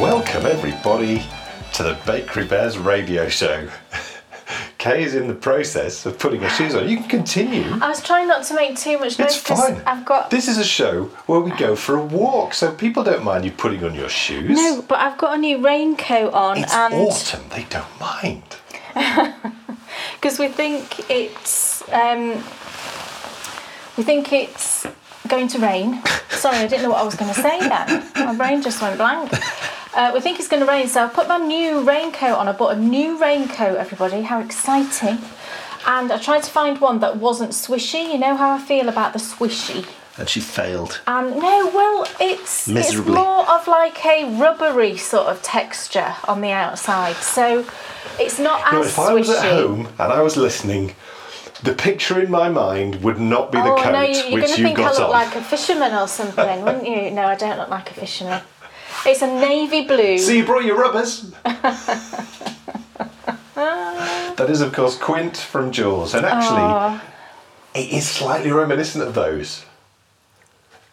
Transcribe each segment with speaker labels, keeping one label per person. Speaker 1: Welcome, everybody, to the Bakery Bears radio show. Kay is in the process of putting her shoes on. You can continue.
Speaker 2: I was trying not to make too much noise
Speaker 1: It's
Speaker 2: because
Speaker 1: fine.
Speaker 2: I've got
Speaker 1: This is a show where we go for a walk, so people don't mind you putting on your shoes.
Speaker 2: no, but I've got a new raincoat on,
Speaker 1: It's
Speaker 2: and
Speaker 1: autumn, they don't mind.
Speaker 2: because we think it's um, we think it's going to rain. Sorry, I didn't know what I was going to say then. My brain just went blank. Uh, we think it's going to rain, so I've put my new raincoat on. I bought a new raincoat, everybody. How exciting! And I tried to find one that wasn't swishy. You know how I feel about the swishy.
Speaker 1: And she failed.
Speaker 2: Um, no, well, it's it's
Speaker 1: Miserably.
Speaker 2: more of like a rubbery sort of texture on the outside, so it's not
Speaker 1: No,
Speaker 2: as
Speaker 1: if I was
Speaker 2: swishy.
Speaker 1: at home and I was listening, the picture in my mind would not be the
Speaker 2: oh
Speaker 1: coat
Speaker 2: no, you,
Speaker 1: which
Speaker 2: you're going to
Speaker 1: you
Speaker 2: think I
Speaker 1: got
Speaker 2: look
Speaker 1: on.
Speaker 2: like a fisherman or something, wouldn't you? No, I don't look like a fisherman. It's a navy blue.
Speaker 1: So you brought your rubbers. that is, of course, Quint from Jaws, and actually,
Speaker 2: Aw.
Speaker 1: it is slightly reminiscent of those.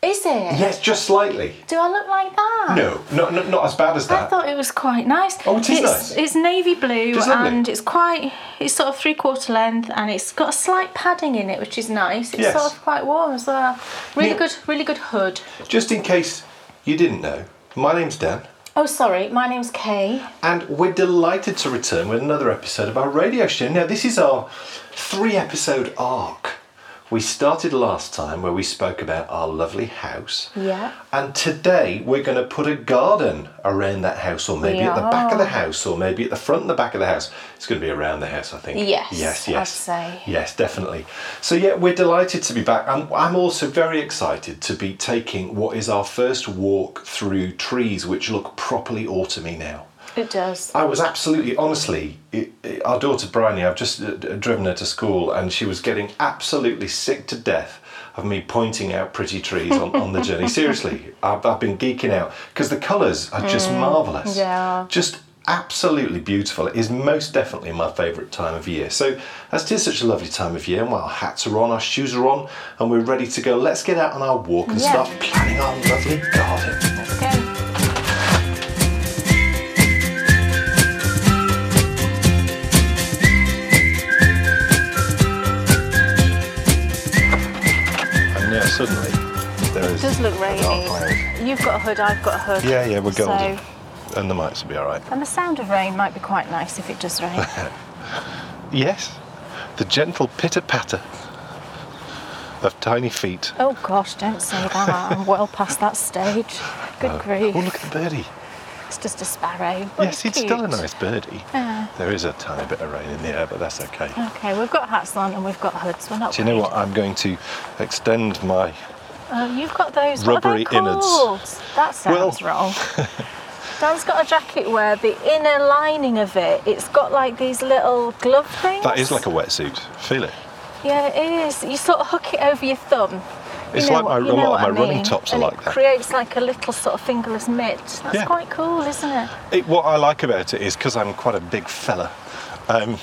Speaker 2: Is it?
Speaker 1: Yes, just slightly.
Speaker 2: Do I look like that?
Speaker 1: No, not not, not as bad as
Speaker 2: I
Speaker 1: that.
Speaker 2: thought it was quite nice.
Speaker 1: Oh, it is
Speaker 2: it's,
Speaker 1: nice.
Speaker 2: It's navy blue
Speaker 1: is lovely.
Speaker 2: and it's quite, it's sort of three quarter length and it's got a slight padding in it, which is nice. It's
Speaker 1: Yes.
Speaker 2: sort of quite warm as well. Really
Speaker 1: Yeah.
Speaker 2: good, really good hood.
Speaker 1: Just in case you didn't know, my name's Dan,
Speaker 2: Oh, sorry, my name's Kay.
Speaker 1: and we're delighted to return with another episode of our radio show. Now, this is our three-episode arc. We started last time where we spoke about our lovely house.
Speaker 2: Yeah.
Speaker 1: And today we're going to put a garden around that house, or maybe at the back of the house, or maybe at the front and the back of the house. It's going to be around the house, I think.
Speaker 2: Yes,
Speaker 1: Yes,
Speaker 2: I'd
Speaker 1: yes.
Speaker 2: say.
Speaker 1: Yes, definitely. So, yeah, we're delighted to be back. I'm, I'm also very excited to be taking what is our first walk through trees which look properly autumny now.
Speaker 2: It does.
Speaker 1: I was absolutely, honestly, it, it- our daughter Bryony, I've just uh, d- driven her to school and she was getting absolutely sick to death of me pointing out pretty trees on, on the journey. Seriously, I've, I've been geeking out because the colours are just marvellous.
Speaker 2: Mm, yeah.
Speaker 1: Just absolutely beautiful. It is most definitely my favourite time of year. So, as it is such a lovely time of year, and while our hats are on, our shoes are on, and we're ready to go, let's get out on our walk and
Speaker 2: Yeah.
Speaker 1: start planning our lovely garden.
Speaker 2: Let's go.
Speaker 1: And now suddenly there is.
Speaker 2: It does look
Speaker 1: a dark cloud.
Speaker 2: rainy. You've got a hood, I've got a hood.
Speaker 1: Yeah, yeah, we're golden.
Speaker 2: So,
Speaker 1: And the mics will be all right.
Speaker 2: and the sound of rain might be quite nice if it does rain.
Speaker 1: Yes, the gentle pitter patter of tiny feet.
Speaker 2: oh gosh, don't say that. I'm well past that stage. Good grief.
Speaker 1: Oh, look at the birdie.
Speaker 2: It's just a sparrow. but
Speaker 1: yes, it's still a
Speaker 2: Oh, cute.
Speaker 1: nice birdie.
Speaker 2: Yeah.
Speaker 1: There is a tiny bit of rain in the air, but that's okay.
Speaker 2: Okay, we've got hats on and we've got hoods. We're not.
Speaker 1: Do you know
Speaker 2: worried.
Speaker 1: what? I'm going to extend my.
Speaker 2: Oh, you've got those
Speaker 1: Rubbery
Speaker 2: what are they
Speaker 1: innards.
Speaker 2: called? That
Speaker 1: Well-
Speaker 2: sounds wrong. Dan's got a jacket where the inner lining of it, it's got like these little glove things.
Speaker 1: That is like a wetsuit. Feel it.
Speaker 2: Yeah, it is. You sort of hook it over your thumb.
Speaker 1: It's
Speaker 2: you know
Speaker 1: like my-
Speaker 2: what-
Speaker 1: a
Speaker 2: you
Speaker 1: lot
Speaker 2: know
Speaker 1: of
Speaker 2: what
Speaker 1: my
Speaker 2: I
Speaker 1: running
Speaker 2: mean?
Speaker 1: tops are
Speaker 2: and
Speaker 1: like
Speaker 2: it
Speaker 1: that.
Speaker 2: creates like a little sort of fingerless mitt. That's
Speaker 1: Yeah.
Speaker 2: quite cool, isn't it?
Speaker 1: it. What I like about it is because I'm quite a big fella. Um,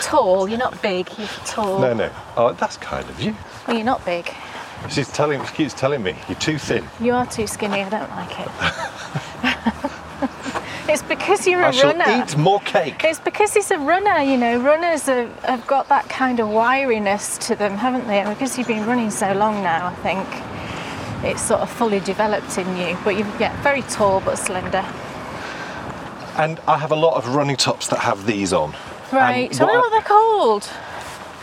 Speaker 2: Tall. You're not big. You're tall.
Speaker 1: no, no. Oh, that's kind of you.
Speaker 2: Well, you're not big.
Speaker 1: She's telling. She keeps telling me you're too thin.
Speaker 2: You are too skinny. I don't like it. it's because you're a
Speaker 1: I shall
Speaker 2: runner.
Speaker 1: eat more cake.
Speaker 2: It's because he's a runner, you know. Runners have, have got that kind of wiriness to them, haven't they? And because you've been running so long now, I think it's sort of fully developed in you. But you're yeah, very tall but slender.
Speaker 1: And I have a lot of running tops that have these on.
Speaker 2: Right.
Speaker 1: And
Speaker 2: So I
Speaker 1: what
Speaker 2: don't know what they're called.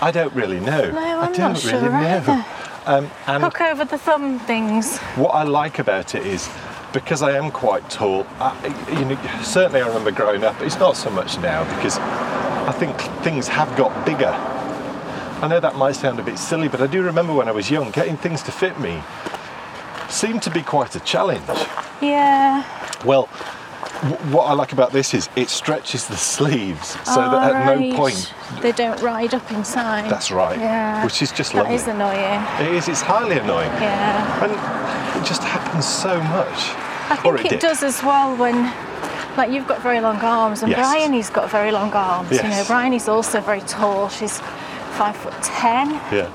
Speaker 1: I, I don't really know.
Speaker 2: No,
Speaker 1: I
Speaker 2: I'm
Speaker 1: don't
Speaker 2: not sure
Speaker 1: really know.
Speaker 2: either.
Speaker 1: Um, and
Speaker 2: Hook over the thumb things.
Speaker 1: what I like about it is because I am quite tall. I, you know, certainly I remember growing up. It's not so much now because I think things have got bigger. I know that might sound a bit silly, but I do remember when I was young, getting things to fit me seemed to be quite a challenge.
Speaker 2: Yeah.
Speaker 1: Well, w- what I like about this is it stretches the sleeves so that at no
Speaker 2: Alright.
Speaker 1: point
Speaker 2: they don't ride up inside.
Speaker 1: That's right.
Speaker 2: Yeah.
Speaker 1: Which is just
Speaker 2: That
Speaker 1: lovely.
Speaker 2: is annoying.
Speaker 1: It is. It's highly annoying,
Speaker 2: Yeah.
Speaker 1: and it just happens so much.
Speaker 2: I
Speaker 1: Or
Speaker 2: think it, does as well when, like, you've got very long arms, and
Speaker 1: Yes.
Speaker 2: Bryony's got very long arms. You know,
Speaker 1: Yes.
Speaker 2: Bryony's also very tall. She's five foot ten,
Speaker 1: Yeah.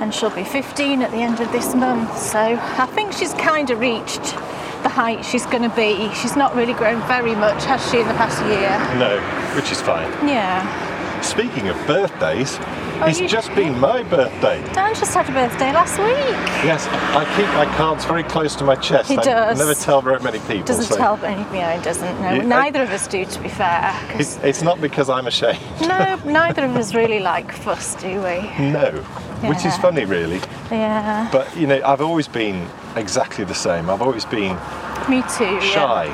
Speaker 2: and she'll be fifteen at the end of this month. So I think she's kind of reached the height she's going to be. She's not really grown very much, has she, in the past year?
Speaker 1: No, which is fine.
Speaker 2: Yeah.
Speaker 1: Speaking of birthdays, it's
Speaker 2: Oh, you-
Speaker 1: just been my birthday.
Speaker 2: Dan just had a birthday last week.
Speaker 1: Yes, I keep my cards very close to my chest.
Speaker 2: He
Speaker 1: I
Speaker 2: does.
Speaker 1: never tell very many people.
Speaker 2: Doesn't
Speaker 1: so
Speaker 2: tell anybody, no, doesn't. No,
Speaker 1: You-
Speaker 2: neither of us do, to be fair. 'cause-
Speaker 1: It's, it's not because I'm ashamed.
Speaker 2: no, neither of us really like fuss, do we?
Speaker 1: No, which is
Speaker 2: Yeah.
Speaker 1: funny, really.
Speaker 2: Yeah.
Speaker 1: But you know, I've always been exactly the same. I've always been
Speaker 2: Me too. yeah.
Speaker 1: shy.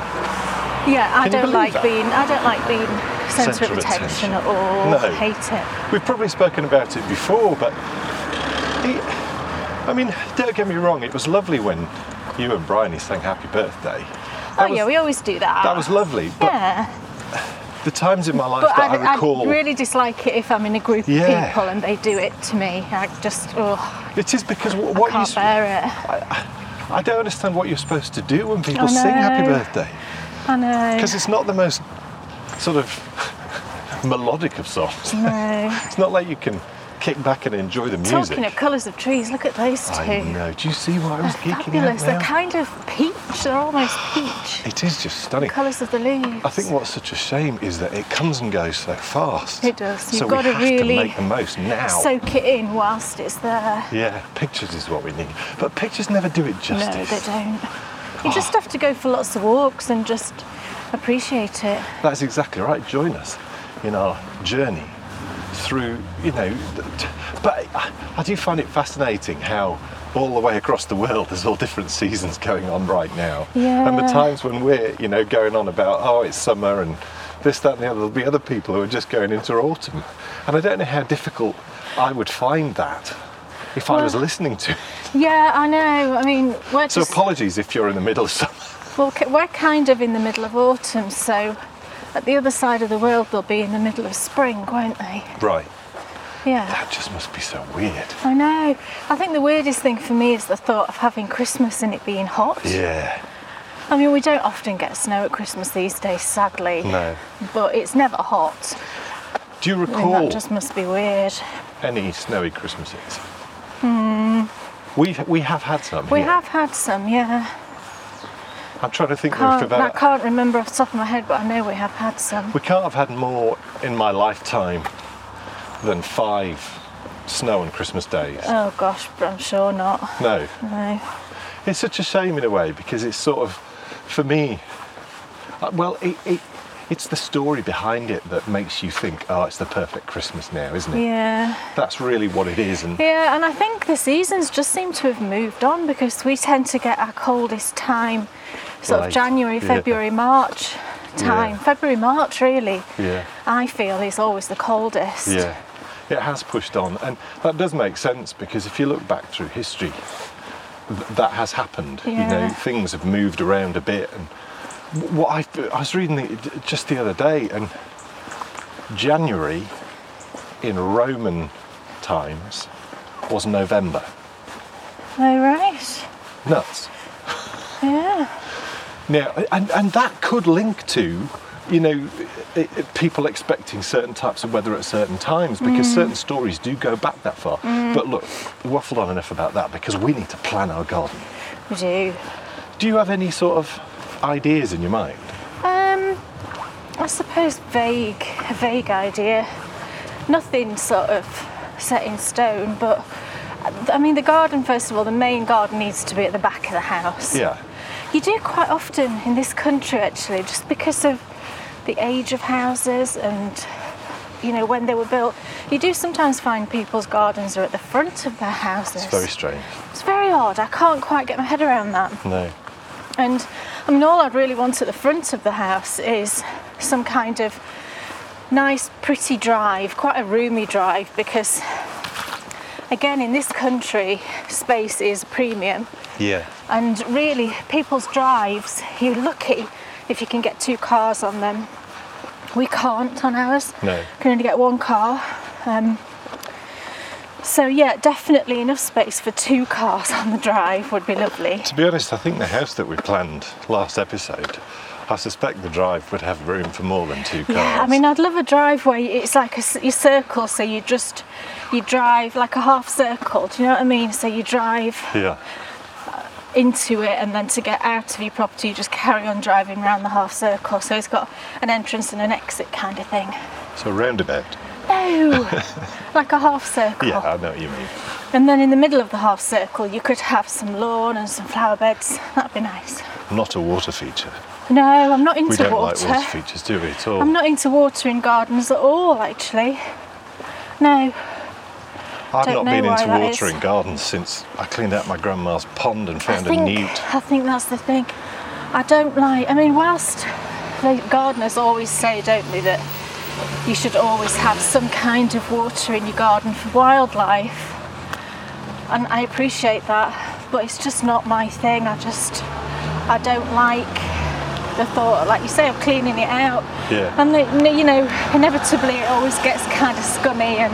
Speaker 2: Yeah, I
Speaker 1: Can you
Speaker 2: don't
Speaker 1: believe
Speaker 2: like
Speaker 1: that?
Speaker 2: being. I don't like being centre
Speaker 1: Centre
Speaker 2: of
Speaker 1: of
Speaker 2: attention,
Speaker 1: attention.
Speaker 2: at all.
Speaker 1: No.
Speaker 2: Hate it.
Speaker 1: We've probably spoken about it before, but it, I mean, don't get me wrong. It was lovely when you and Bryony sang "Happy Birthday." That
Speaker 2: Oh
Speaker 1: was,
Speaker 2: yeah, we always do that.
Speaker 1: that was lovely. But
Speaker 2: Yeah,
Speaker 1: the times in my life
Speaker 2: but
Speaker 1: that I,
Speaker 2: I, I,
Speaker 1: recall,
Speaker 2: really dislike it if I'm in a group of
Speaker 1: Yeah.
Speaker 2: people and they do it to me. I just, oh,
Speaker 1: it is because wh- what you.
Speaker 2: can't
Speaker 1: s-
Speaker 2: bear it.
Speaker 1: I don't understand what you're supposed to do when people
Speaker 2: I
Speaker 1: sing Happy
Speaker 2: know.
Speaker 1: Birthday.
Speaker 2: I know.
Speaker 1: Because it's not the most sort of melodic of songs.
Speaker 2: No.
Speaker 1: It's not like you can kick back and enjoy the music.
Speaker 2: Talking of colours of trees, look at those two.
Speaker 1: I know. Do you see why I was geeking
Speaker 2: Fabulous.
Speaker 1: out now?
Speaker 2: They're kind of peach. They're almost peach.
Speaker 1: It is just stunning.
Speaker 2: Colours of the leaves.
Speaker 1: I think what's such a shame is that it comes and goes so fast.
Speaker 2: It does.
Speaker 1: so
Speaker 2: You've
Speaker 1: we
Speaker 2: gotta
Speaker 1: have
Speaker 2: really
Speaker 1: to make the most now.
Speaker 2: soak it in whilst it's there.
Speaker 1: yeah, pictures is what we need. But pictures never do it
Speaker 2: No,
Speaker 1: justice.
Speaker 2: they don't. You just
Speaker 1: Ah.
Speaker 2: have to go for lots of walks and just appreciate it.
Speaker 1: That's exactly right. Join us in our journey through, you know. th- t- But I I do find it fascinating how all the way across the world there's all different seasons going on right now. And the
Speaker 2: Yeah.
Speaker 1: times when we're, you know, going on about, oh, it's summer and this, that, and the other, there'll be other people who are just going into autumn. And I don't know how difficult I would find that if I was listening to. it.
Speaker 2: Yeah, I know. I mean, we're
Speaker 1: So
Speaker 2: just,
Speaker 1: apologies if you're in the middle of summer.
Speaker 2: well, ki- we're kind of in the middle of autumn, so at the other side of the world they'll be in the middle of spring, won't they?
Speaker 1: Right.
Speaker 2: Yeah.
Speaker 1: That just must be so weird.
Speaker 2: I know. I think the weirdest thing for me is the thought of having Christmas and it being hot.
Speaker 1: Yeah.
Speaker 2: I mean, we don't often get snow at Christmas these days, sadly.
Speaker 1: No.
Speaker 2: But it's never hot.
Speaker 1: Do you
Speaker 2: I mean,
Speaker 1: recall?
Speaker 2: that just must be weird.
Speaker 1: any snowy Christmases? Hmm. We we have had some.
Speaker 2: We
Speaker 1: here.
Speaker 2: have had some, yeah.
Speaker 1: I'm trying to think
Speaker 2: Can't-
Speaker 1: if we've
Speaker 2: I
Speaker 1: had.
Speaker 2: can't remember off the top of my head, but I know we have had some.
Speaker 1: We can't have had more in my lifetime than five snow on Christmas days.
Speaker 2: Oh gosh, but I'm sure not.
Speaker 1: no,
Speaker 2: No.
Speaker 1: it's such a shame in a way because it's sort of, for me, uh, well, it, it it's the story behind it that makes you think, oh, it's the perfect Christmas now, isn't it?
Speaker 2: Yeah.
Speaker 1: That's really what it is, and
Speaker 2: Yeah, and I think the seasons just seem to have moved on because we tend to get our coldest time sort
Speaker 1: Right.
Speaker 2: of January,
Speaker 1: Yeah.
Speaker 2: February, March time.
Speaker 1: Yeah.
Speaker 2: February, March really.
Speaker 1: Yeah.
Speaker 2: I feel is always the coldest.
Speaker 1: Yeah, it has pushed on, and that does make sense because if you look back through history, th- that has happened. You
Speaker 2: Yeah.
Speaker 1: know, things have moved around a bit, and wh- what I, I was reading the, just the other day, and January in Roman times was November.
Speaker 2: Oh right.
Speaker 1: Nuts.
Speaker 2: Yeah.
Speaker 1: Now, and, and that could link to, you know, i i people expecting certain types of weather at certain times
Speaker 2: Mm.
Speaker 1: because certain stories do go back that far. But look, we waffled on enough about that because we need to plan our garden.
Speaker 2: We do.
Speaker 1: Do you have any sort of ideas in your mind?
Speaker 2: Um I suppose vague a vague idea. Nothing sort of set in stone, but I mean the garden first of all, the main garden needs to be at the back of the house.
Speaker 1: Yeah.
Speaker 2: You do quite often in this country, actually, just because of the age of houses and you know when they were built. You do sometimes find people's gardens are at the front of their houses.
Speaker 1: It's very strange.
Speaker 2: It's very odd. I can't quite get my head around that.
Speaker 1: No.
Speaker 2: And I mean, all I'd really want at the front of the house is some kind of nice, pretty drive, quite a roomy drive, because again, in this country, space is premium.
Speaker 1: Yeah.
Speaker 2: And really, people's drives, you're lucky if you can get two cars on them. We can't on ours.
Speaker 1: No.
Speaker 2: Can only get one car. Um, so yeah, definitely enough space for two cars on the drive would be lovely.
Speaker 1: To be honest, I think the house that we planned last episode, I suspect the drive would have room for more than two cars.
Speaker 2: Yeah, I mean, I'd love a driveway. It's like a s- you circle, so you just you drive like a half circle. Do you know what I mean? So you drive
Speaker 1: yeah.
Speaker 2: into it, and then to get out of your property, you just carry on driving round the half circle. So it's got an entrance and an exit kind of thing.
Speaker 1: So roundabout.
Speaker 2: No, like a half circle.
Speaker 1: Yeah, I know what you mean.
Speaker 2: And then in the middle of the half circle, you could have some lawn and some flower beds. That'd be nice.
Speaker 1: Not a water feature.
Speaker 2: No, I'm not into
Speaker 1: We don't like
Speaker 2: water.
Speaker 1: water features, do we? At all.
Speaker 2: I'm not into watering gardens at all, actually. No,
Speaker 1: I've
Speaker 2: don't
Speaker 1: not been
Speaker 2: know why
Speaker 1: into
Speaker 2: that
Speaker 1: watering
Speaker 2: is.
Speaker 1: gardens since I cleaned out my grandma's pond and
Speaker 2: I
Speaker 1: found
Speaker 2: think
Speaker 1: a newt.
Speaker 2: I think that's the thing. I don't like. I mean, whilst the gardeners always say, don't they, that you should always have some kind of water in your garden for wildlife, and I appreciate that, but it's just not my thing. I just I don't like the thought, like you say, of cleaning it out.
Speaker 1: Yeah.
Speaker 2: And the, you know, inevitably it always gets kind of scummy and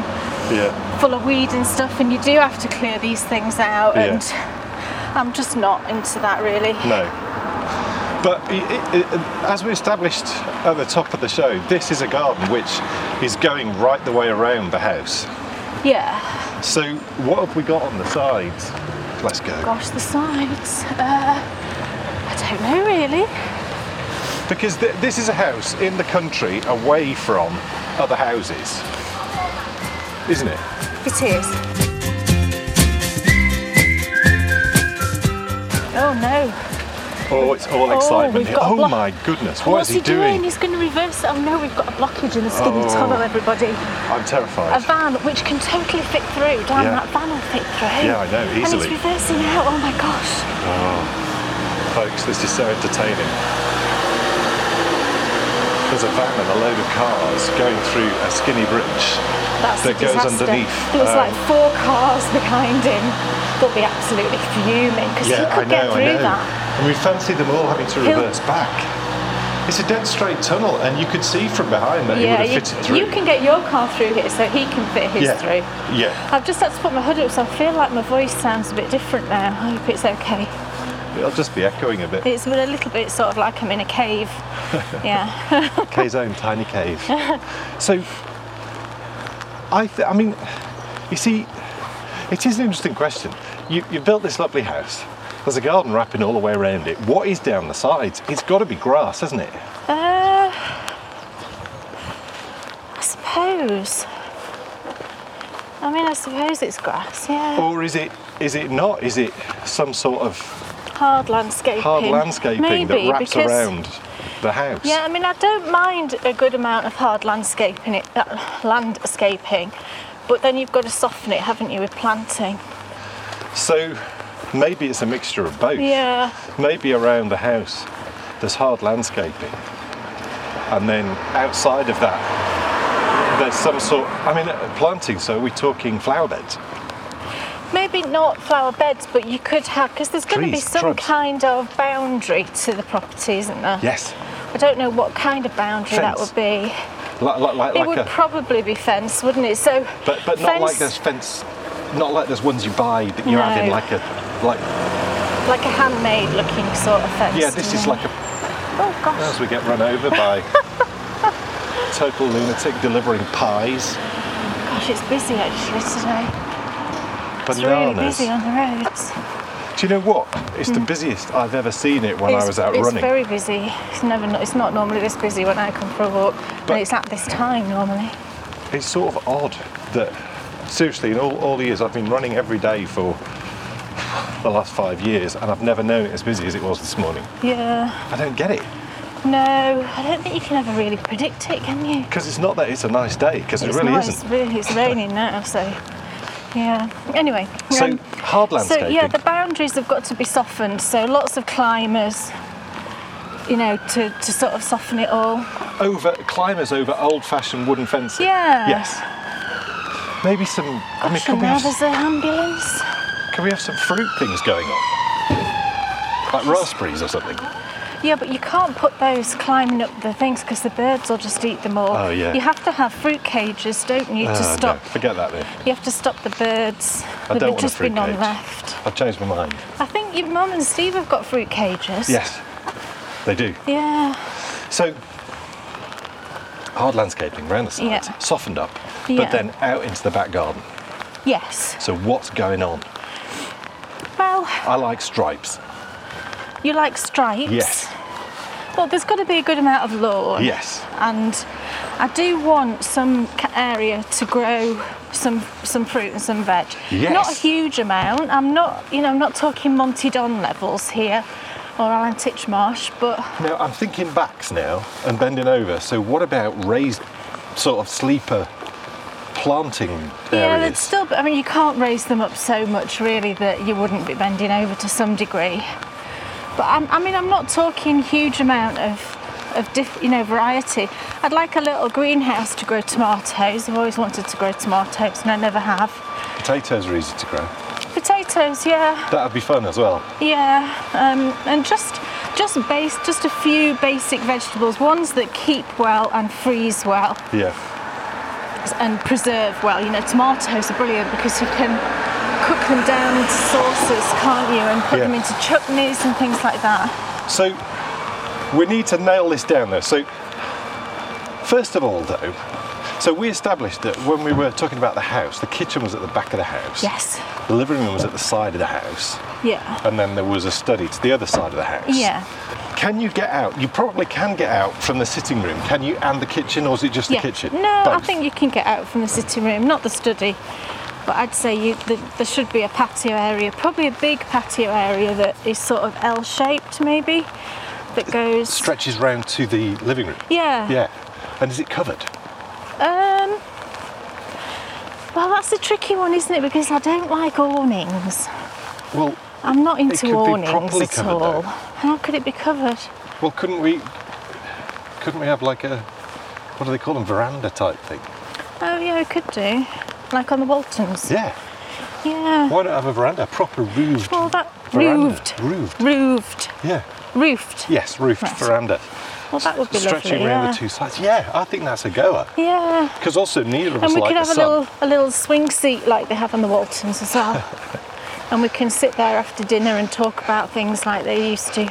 Speaker 1: Yeah.
Speaker 2: full of weed and stuff, and you do have to clear these things out.
Speaker 1: Yeah.
Speaker 2: And I'm just not into that really.
Speaker 1: No. But i i i as we established at the top of the show, this is a garden which is going right the way around the house.
Speaker 2: Yeah.
Speaker 1: So what have we got on the sides? Let's go.
Speaker 2: Gosh, the sides. Uh, I don't know really.
Speaker 1: Because th- this is a house in the country away from other houses, isn't it?
Speaker 2: It is. Oh no.
Speaker 1: Oh, it's all
Speaker 2: Oh,
Speaker 1: excitement
Speaker 2: we've
Speaker 1: here.
Speaker 2: got a
Speaker 1: Oh
Speaker 2: block.
Speaker 1: my goodness, what
Speaker 2: What's
Speaker 1: is he, doing?
Speaker 2: He's going to reverse it. Oh no, we've got a blockage in the skinny
Speaker 1: Oh.
Speaker 2: tunnel, everybody.
Speaker 1: I'm
Speaker 2: A
Speaker 1: terrified.
Speaker 2: van which can totally fit through. Damn,
Speaker 1: Yeah.
Speaker 2: that van will fit through.
Speaker 1: Yeah, I know, easily.
Speaker 2: And it's reversing out. Oh my gosh.
Speaker 1: Folks, this is so entertaining. There's a van and a load of cars going through a skinny bridge.
Speaker 2: That's
Speaker 1: that
Speaker 2: a
Speaker 1: goes
Speaker 2: disaster.
Speaker 1: underneath,
Speaker 2: There's
Speaker 1: um,
Speaker 2: like four cars behind him. They'll be absolutely fuming because he could get through that.
Speaker 1: And we fancy them all having to
Speaker 2: He'll-
Speaker 1: reverse back. It's a dead straight tunnel, and you could see from behind that
Speaker 2: yeah,
Speaker 1: he
Speaker 2: you,
Speaker 1: would have fitted through.
Speaker 2: you can get your car through here so he can fit his
Speaker 1: yeah.
Speaker 2: through.
Speaker 1: Yeah,
Speaker 2: I've just had to put my hood up, so I feel like my voice sounds a bit different now. I hope it's okay.
Speaker 1: it'll just be echoing a bit.
Speaker 2: It's a little bit sort of like I'm in a cave. yeah.
Speaker 1: Kay's own tiny cave. so, I, th- I mean, you see, it is an interesting question. You, you built this lovely house. There's a garden wrapping all the way around it. What is down the sides? It's got to be grass, hasn't it?
Speaker 2: Uh, I suppose. I mean, I suppose it's grass. Yeah.
Speaker 1: Or is it? Is it not? Is it some sort of
Speaker 2: Hard landscaping.
Speaker 1: hard landscaping
Speaker 2: Maybe
Speaker 1: that wraps
Speaker 2: because
Speaker 1: around the house?
Speaker 2: Yeah, I mean, I don't mind a good amount of hard landscaping, it, uh, landscaping, but then you've got to soften it, haven't you, with planting?
Speaker 1: So maybe it's a mixture of both.
Speaker 2: Yeah,
Speaker 1: Maybe around the house there's hard landscaping, and then outside of that there's some sort. I mean, uh, planting. So we're talking flower beds.
Speaker 2: maybe not flower beds, but you could have because there's going to be
Speaker 1: Trees,
Speaker 2: some
Speaker 1: shrubs.
Speaker 2: kind of boundary to the property, isn't there?
Speaker 1: Yes,
Speaker 2: I don't know what kind of boundary that
Speaker 1: Fence.
Speaker 2: would be.
Speaker 1: like like, like,
Speaker 2: it would
Speaker 1: a.
Speaker 2: probably be fence, wouldn't it? So,
Speaker 1: but but not like
Speaker 2: fence-
Speaker 1: those fence. Not like those ones you buy that you have in
Speaker 2: No.
Speaker 1: like a like.
Speaker 2: like a handmade-looking sort of fence.
Speaker 1: Yeah, this is
Speaker 2: you know.
Speaker 1: like a.
Speaker 2: Oh gosh.
Speaker 1: As we get run over by. Total lunatic delivering pies.
Speaker 2: Gosh, it's busy actually today. It's
Speaker 1: bananas.
Speaker 2: really busy on the roads.
Speaker 1: Do you know what? It's the busiest I've ever seen it when I
Speaker 2: it's,
Speaker 1: was out
Speaker 2: it's
Speaker 1: running.
Speaker 2: very busy. It's never. Not, it's not normally this busy when I come for a walk,
Speaker 1: But-
Speaker 2: but it's at this time normally.
Speaker 1: It's sort of odd that, seriously, in all, all the years I've been running every day for the last five years, and I've never known it as busy as it was this morning.
Speaker 2: Yeah.
Speaker 1: I don't get it
Speaker 2: No, I don't think you can ever really predict it, can you?
Speaker 1: because it's not that it's a nice day because it
Speaker 2: it's
Speaker 1: really
Speaker 2: not,
Speaker 1: isn't.
Speaker 2: It's, really, it's raining now, so yeah. Anyway.
Speaker 1: So
Speaker 2: um,
Speaker 1: hard landscaping.
Speaker 2: So yeah, the boundaries have got to be softened. So lots of climbers, you know, to, to sort of soften it all.
Speaker 1: over climbers over old-fashioned wooden fences.
Speaker 2: Yeah.
Speaker 1: Yes. Maybe some. I mean,
Speaker 2: Gosh,
Speaker 1: can
Speaker 2: and
Speaker 1: we,
Speaker 2: now
Speaker 1: have,
Speaker 2: there's an ambulance.
Speaker 1: can we have some fruit things going on? Like raspberries or something.
Speaker 2: Yeah, but you can't put those climbing up the things because the birds will just eat them all.
Speaker 1: Oh, yeah.
Speaker 2: You have to have fruit cages, don't you,
Speaker 1: Ah,
Speaker 2: to
Speaker 1: no,
Speaker 2: stop.
Speaker 1: forget that then.
Speaker 2: You have to stop the birds.
Speaker 1: I
Speaker 2: There
Speaker 1: don't
Speaker 2: would
Speaker 1: want a
Speaker 2: just be
Speaker 1: fruit
Speaker 2: none
Speaker 1: cage.
Speaker 2: left.
Speaker 1: I've changed my mind.
Speaker 2: I think your mum and Steve have got fruit cages.
Speaker 1: Yes, they do.
Speaker 2: Yeah.
Speaker 1: So hard landscaping round the sides,
Speaker 2: Yeah.
Speaker 1: softened up,
Speaker 2: Yeah.
Speaker 1: but then out into the back garden.
Speaker 2: Yes.
Speaker 1: So what's going on?
Speaker 2: Well,
Speaker 1: I like stripes.
Speaker 2: You like stripes?
Speaker 1: Yes.
Speaker 2: Well, there's got to be a good amount of lawn.
Speaker 1: Yes.
Speaker 2: And I do want some ca- area to grow some some fruit and some veg.
Speaker 1: Yes.
Speaker 2: Not a huge amount. I'm not, you know, I'm not talking Monty Don levels here or Alan Titchmarsh, but
Speaker 1: Now I'm thinking backs now and bending over. So what about raised sort of sleeper planting
Speaker 2: yeah, they'd
Speaker 1: areas?
Speaker 2: still. I mean, you can't raise them up so much really that you wouldn't be bending over to some degree. But I'm, I mean, I'm not talking huge amount of of diff, you know variety. I'd like a little greenhouse to grow tomatoes. I've always wanted to grow tomatoes, and I never have.
Speaker 1: Potatoes are easy to grow.
Speaker 2: Potatoes, yeah,
Speaker 1: That'd be fun as well.
Speaker 2: yeah, um, and just just base just a few basic vegetables, ones that keep well and freeze well.
Speaker 1: Yeah.
Speaker 2: and preserve well. You know, tomatoes are brilliant because you can cook them down into sauces, can't you? And put
Speaker 1: Yeah.
Speaker 2: them into chutneys and things like that.
Speaker 1: So we need to nail this down though. So first of all though, so we established that when we were talking about the house, the kitchen was at the back of the house.
Speaker 2: Yes.
Speaker 1: The living room was at the side of the house.
Speaker 2: Yeah.
Speaker 1: And then there was a study to the other side of the house.
Speaker 2: Yeah.
Speaker 1: Can you get out? You probably can get out from the sitting room, can you? And the kitchen, or is it just
Speaker 2: Yeah.
Speaker 1: the kitchen?
Speaker 2: No, I
Speaker 1: Both.
Speaker 2: think you can get out from the sitting room, not the study. But I'd say you, th there should be a patio area, probably a big patio area that is sort of L-shaped, maybe, that goes.
Speaker 1: stretches round to the living room.
Speaker 2: Yeah.
Speaker 1: Yeah. And is it covered?
Speaker 2: Um. Well, that's a tricky one, isn't it? Because I don't like awnings.
Speaker 1: Well,
Speaker 2: I'm not into
Speaker 1: could be
Speaker 2: awnings
Speaker 1: properly
Speaker 2: at
Speaker 1: covered, though.
Speaker 2: all. How could it be covered?
Speaker 1: well, couldn't we? Couldn't we have like a what do they call them? Veranda type thing.
Speaker 2: Oh yeah, it could do. Like on the Waltons.
Speaker 1: Yeah.
Speaker 2: Yeah.
Speaker 1: Why not have a veranda? Proper roofed.
Speaker 2: Well, that
Speaker 1: veranda.
Speaker 2: roofed.
Speaker 1: Roofed.
Speaker 2: Roofed.
Speaker 1: Yeah.
Speaker 2: Roofed.
Speaker 1: Yes, roofed
Speaker 2: Right.
Speaker 1: veranda.
Speaker 2: Well, that would be
Speaker 1: Stretching
Speaker 2: lovely.
Speaker 1: round
Speaker 2: yeah.
Speaker 1: the two sides. Yeah, I think that's a goer.
Speaker 2: yeah.
Speaker 1: Because also neither of us
Speaker 2: And we
Speaker 1: like
Speaker 2: could
Speaker 1: the
Speaker 2: have a
Speaker 1: sun.
Speaker 2: little a little swing seat like they have on the Waltons as well. and we can sit there after dinner and talk about things like they used to.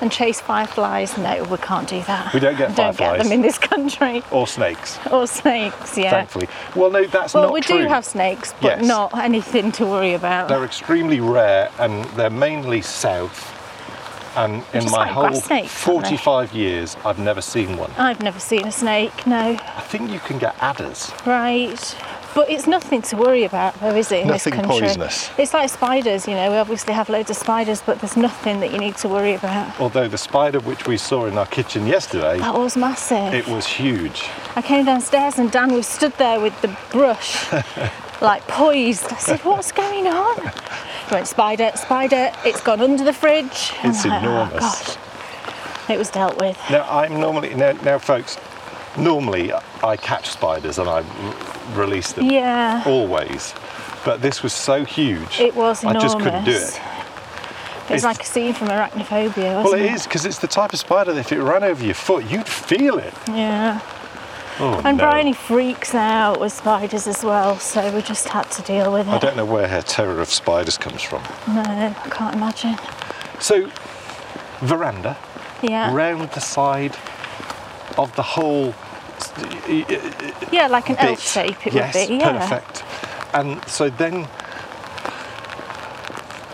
Speaker 2: And chase fireflies. No, we can't do that.
Speaker 1: We don't get
Speaker 2: We don't get
Speaker 1: fireflies.
Speaker 2: them in this country.
Speaker 1: Or snakes,
Speaker 2: Or snakes, yeah.
Speaker 1: thankfully. Well, no, that's
Speaker 2: Well,
Speaker 1: not
Speaker 2: we
Speaker 1: true.
Speaker 2: do have snakes, but
Speaker 1: Yes.
Speaker 2: not anything to worry about.
Speaker 1: They're extremely rare and they're mainly south. And in
Speaker 2: Just
Speaker 1: my
Speaker 2: like
Speaker 1: whole
Speaker 2: grass snakes, aren't they?
Speaker 1: 45 years, I've never seen one.
Speaker 2: I've never seen a snake, no.
Speaker 1: I think you can get adders.
Speaker 2: Right. But it's nothing to worry about, though, is it, in
Speaker 1: Nothing
Speaker 2: this country?
Speaker 1: poisonous.
Speaker 2: It's like spiders, you know. We obviously have loads of spiders, but there's nothing that you need to worry about.
Speaker 1: Although the spider which we saw in our kitchen yesterday,
Speaker 2: That was massive.
Speaker 1: it was huge.
Speaker 2: I came downstairs and Dan was stood there with the brush, like poised. I said, What's going on? He went, Spider, spider, it's gone under the fridge. I'm
Speaker 1: It's
Speaker 2: like, "Oh,
Speaker 1: enormous.
Speaker 2: gosh." It was dealt with.
Speaker 1: Now I'm normally now, now folks, normally I catch spiders and I r- release them.
Speaker 2: Yeah.
Speaker 1: Always. But this was so huge.
Speaker 2: It was
Speaker 1: I
Speaker 2: enormous.
Speaker 1: just couldn't do it.
Speaker 2: It was
Speaker 1: It's-
Speaker 2: like a scene from Arachnophobia, wasn't
Speaker 1: Well,
Speaker 2: it?
Speaker 1: it is because it's the type of spider that if it ran over your foot, you'd feel it.
Speaker 2: Yeah.
Speaker 1: Oh,
Speaker 2: And
Speaker 1: no.
Speaker 2: Bryony freaks out with spiders as well, so we just had to deal with
Speaker 1: I
Speaker 2: it.
Speaker 1: don't know where her terror of spiders comes from.
Speaker 2: No, I can't imagine.
Speaker 1: So, veranda,
Speaker 2: Yeah.
Speaker 1: round the side of the whole. Bit.
Speaker 2: yeah, like an L shape it
Speaker 1: yes,
Speaker 2: would be. Yeah.
Speaker 1: perfect. And so then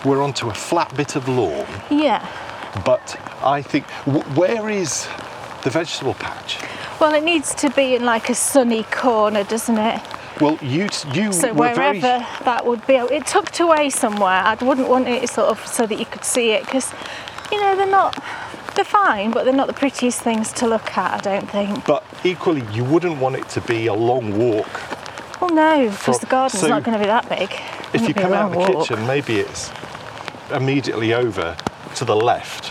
Speaker 1: we're onto a flat bit of lawn,
Speaker 2: Yeah.
Speaker 1: but I think w- where is the vegetable patch?
Speaker 2: Well, it needs to be in like a sunny corner, doesn't it?
Speaker 1: Well, you t- you
Speaker 2: So
Speaker 1: were
Speaker 2: wherever
Speaker 1: Mm. very
Speaker 2: that would be, it tucked away somewhere. I wouldn't want it sort of so that you could see it because, you know, they're not. They're fine, but they're not the prettiest things to look at. I don't think.
Speaker 1: but equally you wouldn't want it to be a long walk.
Speaker 2: Well, no, because
Speaker 1: From-
Speaker 2: the garden's
Speaker 1: so
Speaker 2: not going to be that big.
Speaker 1: If
Speaker 2: Wouldn't
Speaker 1: you
Speaker 2: be a
Speaker 1: come out of the
Speaker 2: long walk.
Speaker 1: kitchen, maybe it's immediately over to the left,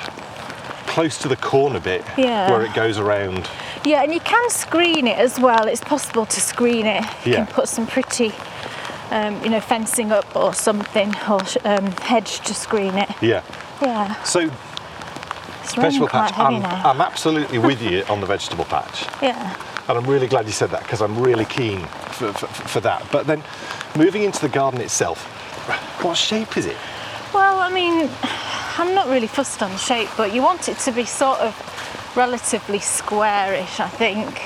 Speaker 1: close to the corner bit
Speaker 2: Yeah.
Speaker 1: where it goes around.
Speaker 2: Yeah, and you can screen it as well. It's possible to screen it. You
Speaker 1: Yeah.
Speaker 2: can put some pretty, um, you know, fencing up or something, or sh- um, hedge to screen it.
Speaker 1: Yeah.
Speaker 2: Yeah,
Speaker 1: So
Speaker 2: it's
Speaker 1: vegetable
Speaker 2: raining quite
Speaker 1: patch.
Speaker 2: heavy
Speaker 1: I'm,
Speaker 2: now.
Speaker 1: I'm absolutely with you on the vegetable patch,
Speaker 2: yeah,
Speaker 1: and I'm really glad you said that because I'm really keen for, for, for that. But then, moving into the garden itself, what shape is it?
Speaker 2: well, I mean, I'm not really fussed on shape, but you want it to be sort of relatively squarish, I think.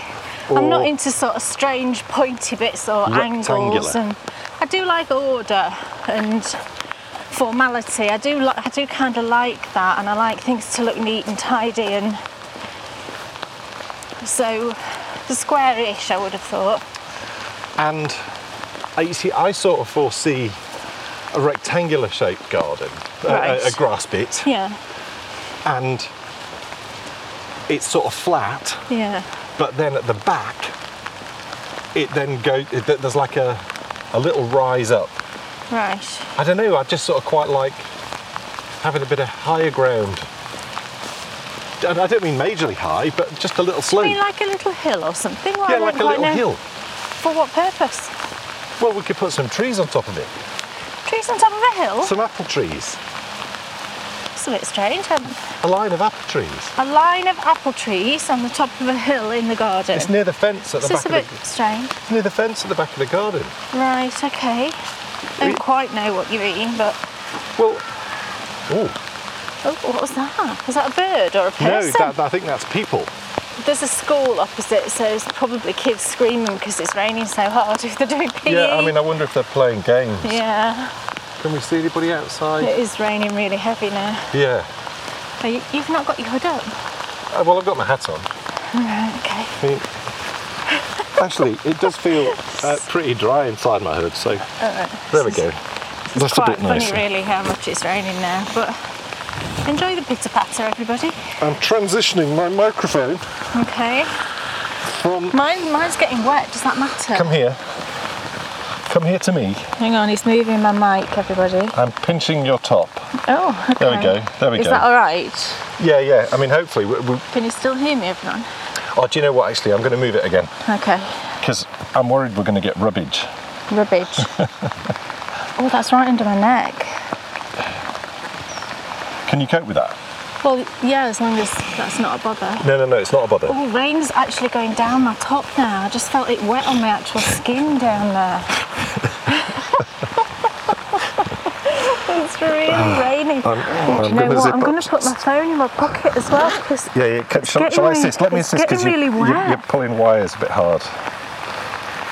Speaker 2: I'm
Speaker 1: Or-
Speaker 2: not into sort of strange pointy bits or
Speaker 1: Rectangular.
Speaker 2: angles, and I do like order and. formality. I do li- I do kind of like that, and I like things to look neat and tidy, and so the square-ish. I would have thought.
Speaker 1: And I, you see, I sort of foresee a rectangular shaped garden, a-
Speaker 2: Right.
Speaker 1: a, a grass bit,
Speaker 2: Yeah,
Speaker 1: and it's sort of flat,
Speaker 2: yeah,
Speaker 1: but then at the back, it then goes, there's like a, a little rise up.
Speaker 2: right.
Speaker 1: I don't know, I just sort of quite like having a bit of higher ground. And I don't mean majorly high, but just a little slope.
Speaker 2: I mean, like a little hill or something. Well, I
Speaker 1: yeah,
Speaker 2: don't
Speaker 1: like a
Speaker 2: quite
Speaker 1: little
Speaker 2: know.
Speaker 1: hill.
Speaker 2: For what purpose?
Speaker 1: Well, we could put some trees on top of it,
Speaker 2: Trees on top of a hill.
Speaker 1: some apple trees,
Speaker 2: It's a bit strange. Um,
Speaker 1: a line of apple trees.
Speaker 2: a line of apple trees on the top of a hill in the garden.
Speaker 1: It's near the fence at the
Speaker 2: It's just
Speaker 1: back
Speaker 2: a
Speaker 1: of
Speaker 2: bit
Speaker 1: the,
Speaker 2: strange.
Speaker 1: it's near the fence at the back of the garden.
Speaker 2: Right, okay. Don't
Speaker 1: It-
Speaker 2: quite know what you mean, but
Speaker 1: Well, oh
Speaker 2: oh, what was that? Was that a bird or a
Speaker 1: no,
Speaker 2: person?
Speaker 1: that, I think that's people.
Speaker 2: There's a school opposite, so it's probably kids screaming because it's raining so hard if they're doing PE.
Speaker 1: Yeah, I mean, I wonder if they're playing games.
Speaker 2: yeah,
Speaker 1: Can we see anybody outside?
Speaker 2: it is raining really heavy now.
Speaker 1: Yeah.
Speaker 2: But you, you've not got your hood up.
Speaker 1: Uh, well, I've got my hat on.
Speaker 2: Right, okay.
Speaker 1: I mean, actually, it does feel uh, pretty dry inside my hood, so there we
Speaker 2: is-
Speaker 1: go. That's a
Speaker 2: Quite
Speaker 1: bit
Speaker 2: funny,
Speaker 1: nicer.
Speaker 2: really, how much it's raining now. But enjoy the pitter patter, everybody.
Speaker 1: I'm transitioning my microphone
Speaker 2: Okay.
Speaker 1: from.
Speaker 2: Mine, mine's getting wet. Does that matter?
Speaker 1: Come here. Come here to me.
Speaker 2: Hang on, he's moving my mic, everybody.
Speaker 1: I'm pinching your top.
Speaker 2: Oh, okay.
Speaker 1: There we go. There we
Speaker 2: Is
Speaker 1: go.
Speaker 2: that all right?
Speaker 1: Yeah, yeah. I mean, hopefully. We, we,
Speaker 2: Can you still hear me, everyone?
Speaker 1: oh, do you know what? Actually, I'm going to move it again
Speaker 2: Okay.
Speaker 1: because I'm worried we're going to get rubbish.
Speaker 2: Rubbish. oh, that's right under my neck.
Speaker 1: Can you cope with that?
Speaker 2: Well, yeah, as long as that's not a bother.
Speaker 1: No, no, no. It's not a bother.
Speaker 2: Oh, rain's actually going down my top now. I just felt it wet on my actual skin down there. it's really raining.
Speaker 1: I'm-
Speaker 2: Do
Speaker 1: I'm
Speaker 2: you know
Speaker 1: gonna
Speaker 2: what?
Speaker 1: zip
Speaker 2: I'm
Speaker 1: up.
Speaker 2: going to put my phone in my pocket as well because
Speaker 1: Yeah, yeah. Can, shall,
Speaker 2: getting
Speaker 1: shall I
Speaker 2: really-
Speaker 1: assist? Let me
Speaker 2: it's
Speaker 1: assist because
Speaker 2: getting
Speaker 1: you,
Speaker 2: really
Speaker 1: you, you're
Speaker 2: wet.
Speaker 1: pulling wires a bit hard.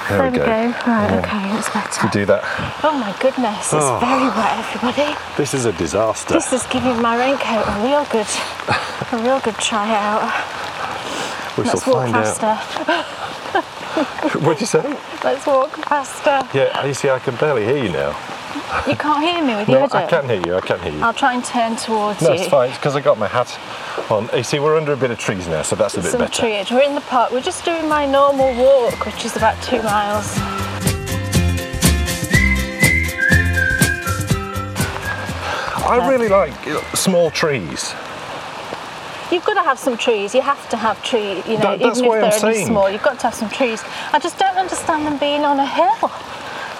Speaker 1: There,
Speaker 2: there we go. Right,
Speaker 1: Yeah.
Speaker 2: okay, it's better.
Speaker 1: We do that.
Speaker 2: Oh my goodness, it's
Speaker 1: Oh.
Speaker 2: very wet, everybody.
Speaker 1: This is a disaster.
Speaker 2: This is giving my raincoat a real good, a real good try out.
Speaker 1: we shall
Speaker 2: Let's walk
Speaker 1: find out.
Speaker 2: faster.
Speaker 1: What did you say?
Speaker 2: Let's walk faster.
Speaker 1: Yeah, you see, I can barely hear you now.
Speaker 2: You can't hear me with
Speaker 1: No,
Speaker 2: your hood
Speaker 1: I
Speaker 2: up.
Speaker 1: can hear you. I can hear you.
Speaker 2: I'll try and turn towards
Speaker 1: no,
Speaker 2: you.
Speaker 1: it's fine. It's because I got my hat on. You see, we're under a bit of trees now, so that's a bit
Speaker 2: Some
Speaker 1: better.
Speaker 2: trees. We're in the park. We're just doing my normal walk, which is about two miles.
Speaker 1: I really like you know, small trees.
Speaker 2: You've got to have some trees. You have to have trees. You know,
Speaker 1: That- that's
Speaker 2: even
Speaker 1: why
Speaker 2: if
Speaker 1: I'm
Speaker 2: they're only
Speaker 1: saying-
Speaker 2: small, you've got to have some trees. I just don't understand them being on a hill.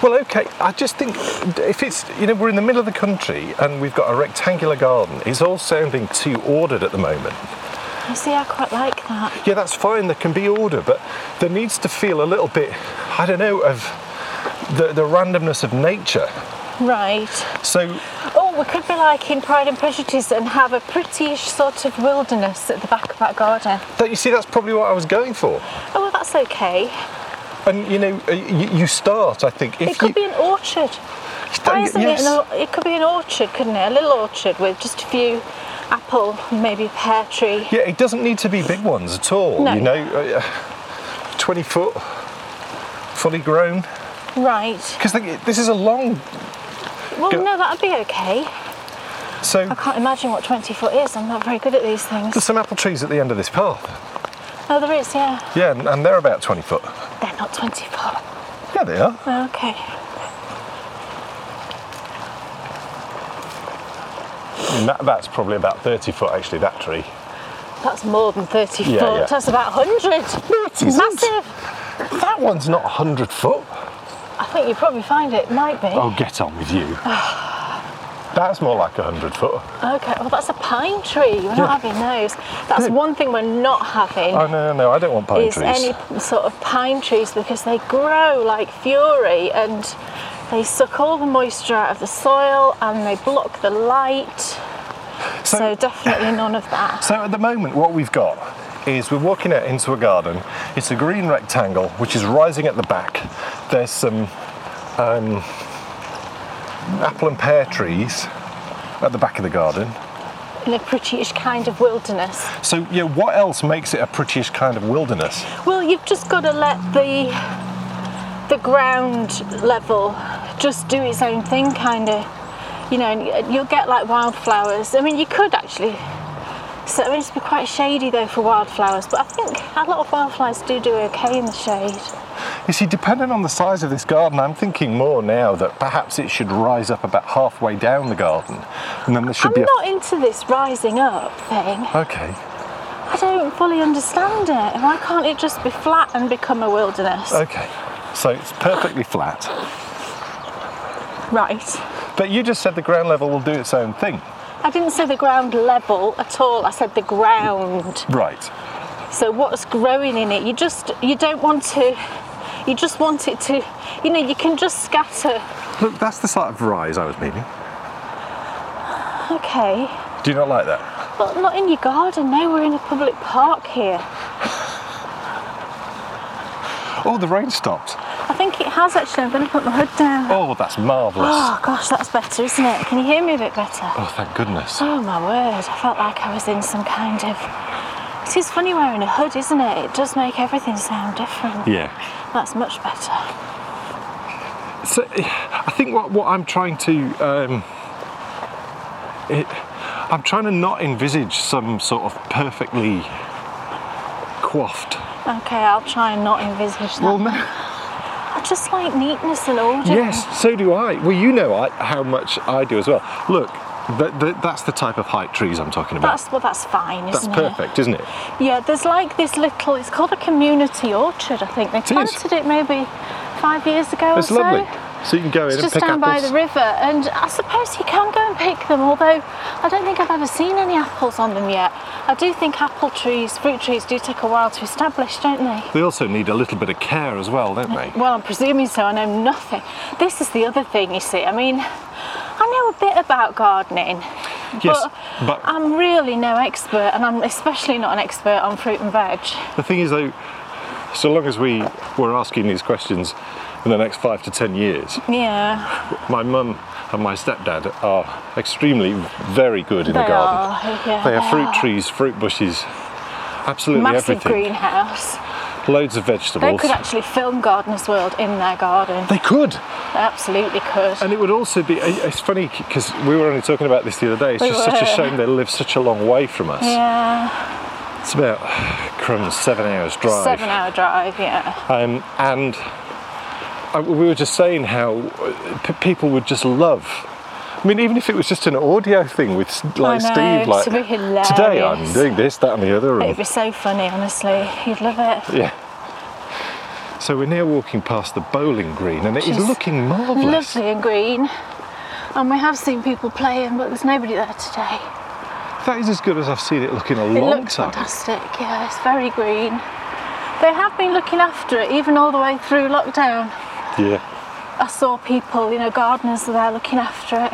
Speaker 1: Well, okay. I just think if it's you know we're in the middle of the country and we've got a rectangular garden, it's all sounding too ordered at the moment.
Speaker 2: You see, I quite like that.
Speaker 1: yeah, that's fine. There can be order, but there needs to feel a little bit, I don't know, of the, the randomness of nature.
Speaker 2: Right.
Speaker 1: So,
Speaker 2: Oh, we could be like in Pride and Prejudice and have a prettyish sort of wilderness at the back of our garden.
Speaker 1: that, you see, that's probably what I was going for.
Speaker 2: Oh, well, that's okay.
Speaker 1: And you know, uh, you, you start. I think if
Speaker 2: It could
Speaker 1: you,
Speaker 2: be an orchard. Why isn't
Speaker 1: yes,
Speaker 2: it? An, or- it could be an orchard, couldn't it? A little orchard with just a few apple, maybe a pear tree.
Speaker 1: yeah, it doesn't need to be big ones at all.
Speaker 2: No.
Speaker 1: You know, uh, twenty foot, fully grown.
Speaker 2: Right.
Speaker 1: Because this is a long.
Speaker 2: Well,
Speaker 1: Go-
Speaker 2: no, that'd be okay.
Speaker 1: So
Speaker 2: I can't imagine what 20 foot is. I'm not very good at these
Speaker 1: there's
Speaker 2: things.
Speaker 1: some apple trees at the end of this path.
Speaker 2: Oh, there is, yeah.
Speaker 1: Yeah, and, and they're about twenty foot.
Speaker 2: They're not 20 foot.
Speaker 1: Yeah, they are.
Speaker 2: Okay.
Speaker 1: I mean, that, that's probably about thirty foot actually. That tree.
Speaker 2: That's more than 30
Speaker 1: Yeah,
Speaker 2: foot.
Speaker 1: yeah.
Speaker 2: That's about 100.
Speaker 1: No, it isn't.
Speaker 2: Massive.
Speaker 1: That one's not 100 foot.
Speaker 2: I think you probably find it might be.
Speaker 1: Oh, get on with you. That's more like 100 foot.
Speaker 2: Okay, well, that's a pine tree. We're
Speaker 1: Yeah.
Speaker 2: not having those. That's
Speaker 1: Yeah.
Speaker 2: one thing we're not having.
Speaker 1: Oh, no, no, no, I don't want pine
Speaker 2: is
Speaker 1: trees.
Speaker 2: any sort of pine trees because they grow like fury and they suck all the moisture out of the soil and they block the light. So,
Speaker 1: So-
Speaker 2: definitely none of that.
Speaker 1: So at the moment, what we've got is we're walking out into a garden. It's a green rectangle which is rising at the back. There's some um, apple and pear trees at the back of the garden.
Speaker 2: in a prettyish kind of wilderness.
Speaker 1: So, yeah, what else makes it a prettyish kind of wilderness?
Speaker 2: Well, you've just got to let the the ground level just do its own thing, kind of. You know, and you'll get like wildflowers. I mean, you could actually. So I mean, it's quite shady though for wildflowers, but I think a lot of wildflowers do do okay in the shade.
Speaker 1: You see, depending on the size of this garden, I'm thinking more now that perhaps it should rise up about halfway down the garden, and then there should
Speaker 2: I'm
Speaker 1: be a.
Speaker 2: not into this rising up thing.
Speaker 1: Okay.
Speaker 2: I don't fully understand it. Why can't it just be flat and become a wilderness?
Speaker 1: Okay. So it's perfectly flat.
Speaker 2: Right.
Speaker 1: But you just said the ground level will do its own thing.
Speaker 2: I didn't say the ground level at all. I said the ground.
Speaker 1: Right.
Speaker 2: So what's growing in it? You just you don't want to. You just want it to. You know, you can just scatter.
Speaker 1: Look, that's the sort of rise I was meaning.
Speaker 2: Okay,
Speaker 1: Do you not like that?
Speaker 2: but not in your garden. No, we're in a public park here.
Speaker 1: Oh, the rain stopped.
Speaker 2: I think it has actually. I'm going to put my hood down.
Speaker 1: Oh, that's marvellous.
Speaker 2: Oh gosh, that's better, isn't it? Can you hear me a bit better?
Speaker 1: Oh, thank goodness.
Speaker 2: Oh my word! I felt like I was in some kind of. It is funny wearing a hood, isn't it? It does make everything sound different.
Speaker 1: Yeah.
Speaker 2: That's much better.
Speaker 1: So, I think what, what I'm trying to, um, it, I'm trying to not envisage some sort of perfectly coiffed.
Speaker 2: Okay, I'll try and not envisage that.
Speaker 1: Well, no.
Speaker 2: I just like neatness and order.
Speaker 1: Yes, so do I. Well, you know I, how much I do as well. Look, th th that's the type of height trees I'm talking about.
Speaker 2: That's well, that's fine,
Speaker 1: That's
Speaker 2: isn't it?
Speaker 1: perfect, is isn't it?
Speaker 2: Yeah, there's like this little. It's called a community orchard, I think. They
Speaker 1: is.
Speaker 2: planted it maybe five years ago
Speaker 1: It's
Speaker 2: or
Speaker 1: lovely.
Speaker 2: so.
Speaker 1: So you can go in and
Speaker 2: It's just
Speaker 1: pick
Speaker 2: down by
Speaker 1: apples.
Speaker 2: the river, and I suppose you can go and pick them. Although I don't think I've ever seen any apples on them yet. I do think apple trees, fruit trees, do take a while to establish, don't they?
Speaker 1: They also need a little bit of care as well, don't they?
Speaker 2: Well, I'm presuming so. I know nothing. This is the other thing, you see. I mean, I know a bit about gardening.
Speaker 1: Yes,
Speaker 2: but,
Speaker 1: but-
Speaker 2: I'm really no expert, and I'm especially not an expert on fruit and veg.
Speaker 1: The thing is, though, so long as we were asking these questions in the next five to ten years,
Speaker 2: Yeah,
Speaker 1: my mum and my stepdad are extremely very good in
Speaker 2: they
Speaker 1: the garden.
Speaker 2: are. Yeah,
Speaker 1: They are fruit
Speaker 2: are.
Speaker 1: trees, fruit bushes, absolutely
Speaker 2: Massive
Speaker 1: everything.
Speaker 2: greenhouse.
Speaker 1: Loads of
Speaker 2: They
Speaker 1: vegetables.
Speaker 2: could actually film Gardener's World in their garden.
Speaker 1: They could.
Speaker 2: They absolutely could.
Speaker 1: And it would also be, it's funny because we were only talking about this the other day. It's
Speaker 2: We
Speaker 1: just such a
Speaker 2: were.
Speaker 1: shame they live such a long way from us.
Speaker 2: yeah,
Speaker 1: It's about, crumbs, seven hours drive.
Speaker 2: seven-hour drive. Yeah,
Speaker 1: Um, and I, we were just saying how uh, p- people would just love. I mean, even if it was just an audio thing with s- like
Speaker 2: know,
Speaker 1: Steve, like
Speaker 2: it'd be
Speaker 1: today I'm
Speaker 2: hilarious."
Speaker 1: doing this, that, and the other,
Speaker 2: it'd
Speaker 1: and,
Speaker 2: be so funny. Honestly, you'd love it.
Speaker 1: yeah. So we're now walking past the bowling green, and it is
Speaker 2: Which is
Speaker 1: looking marvellous.
Speaker 2: Lovely and green. And we have seen people playing, but there's nobody there today.
Speaker 1: That is as good as I've seen it look in a
Speaker 2: It
Speaker 1: long
Speaker 2: looks
Speaker 1: time.
Speaker 2: fantastic, yeah, it's very green. They have been looking after it even all the way through lockdown.
Speaker 1: Yeah.
Speaker 2: I saw people, you know, gardeners were there looking after it.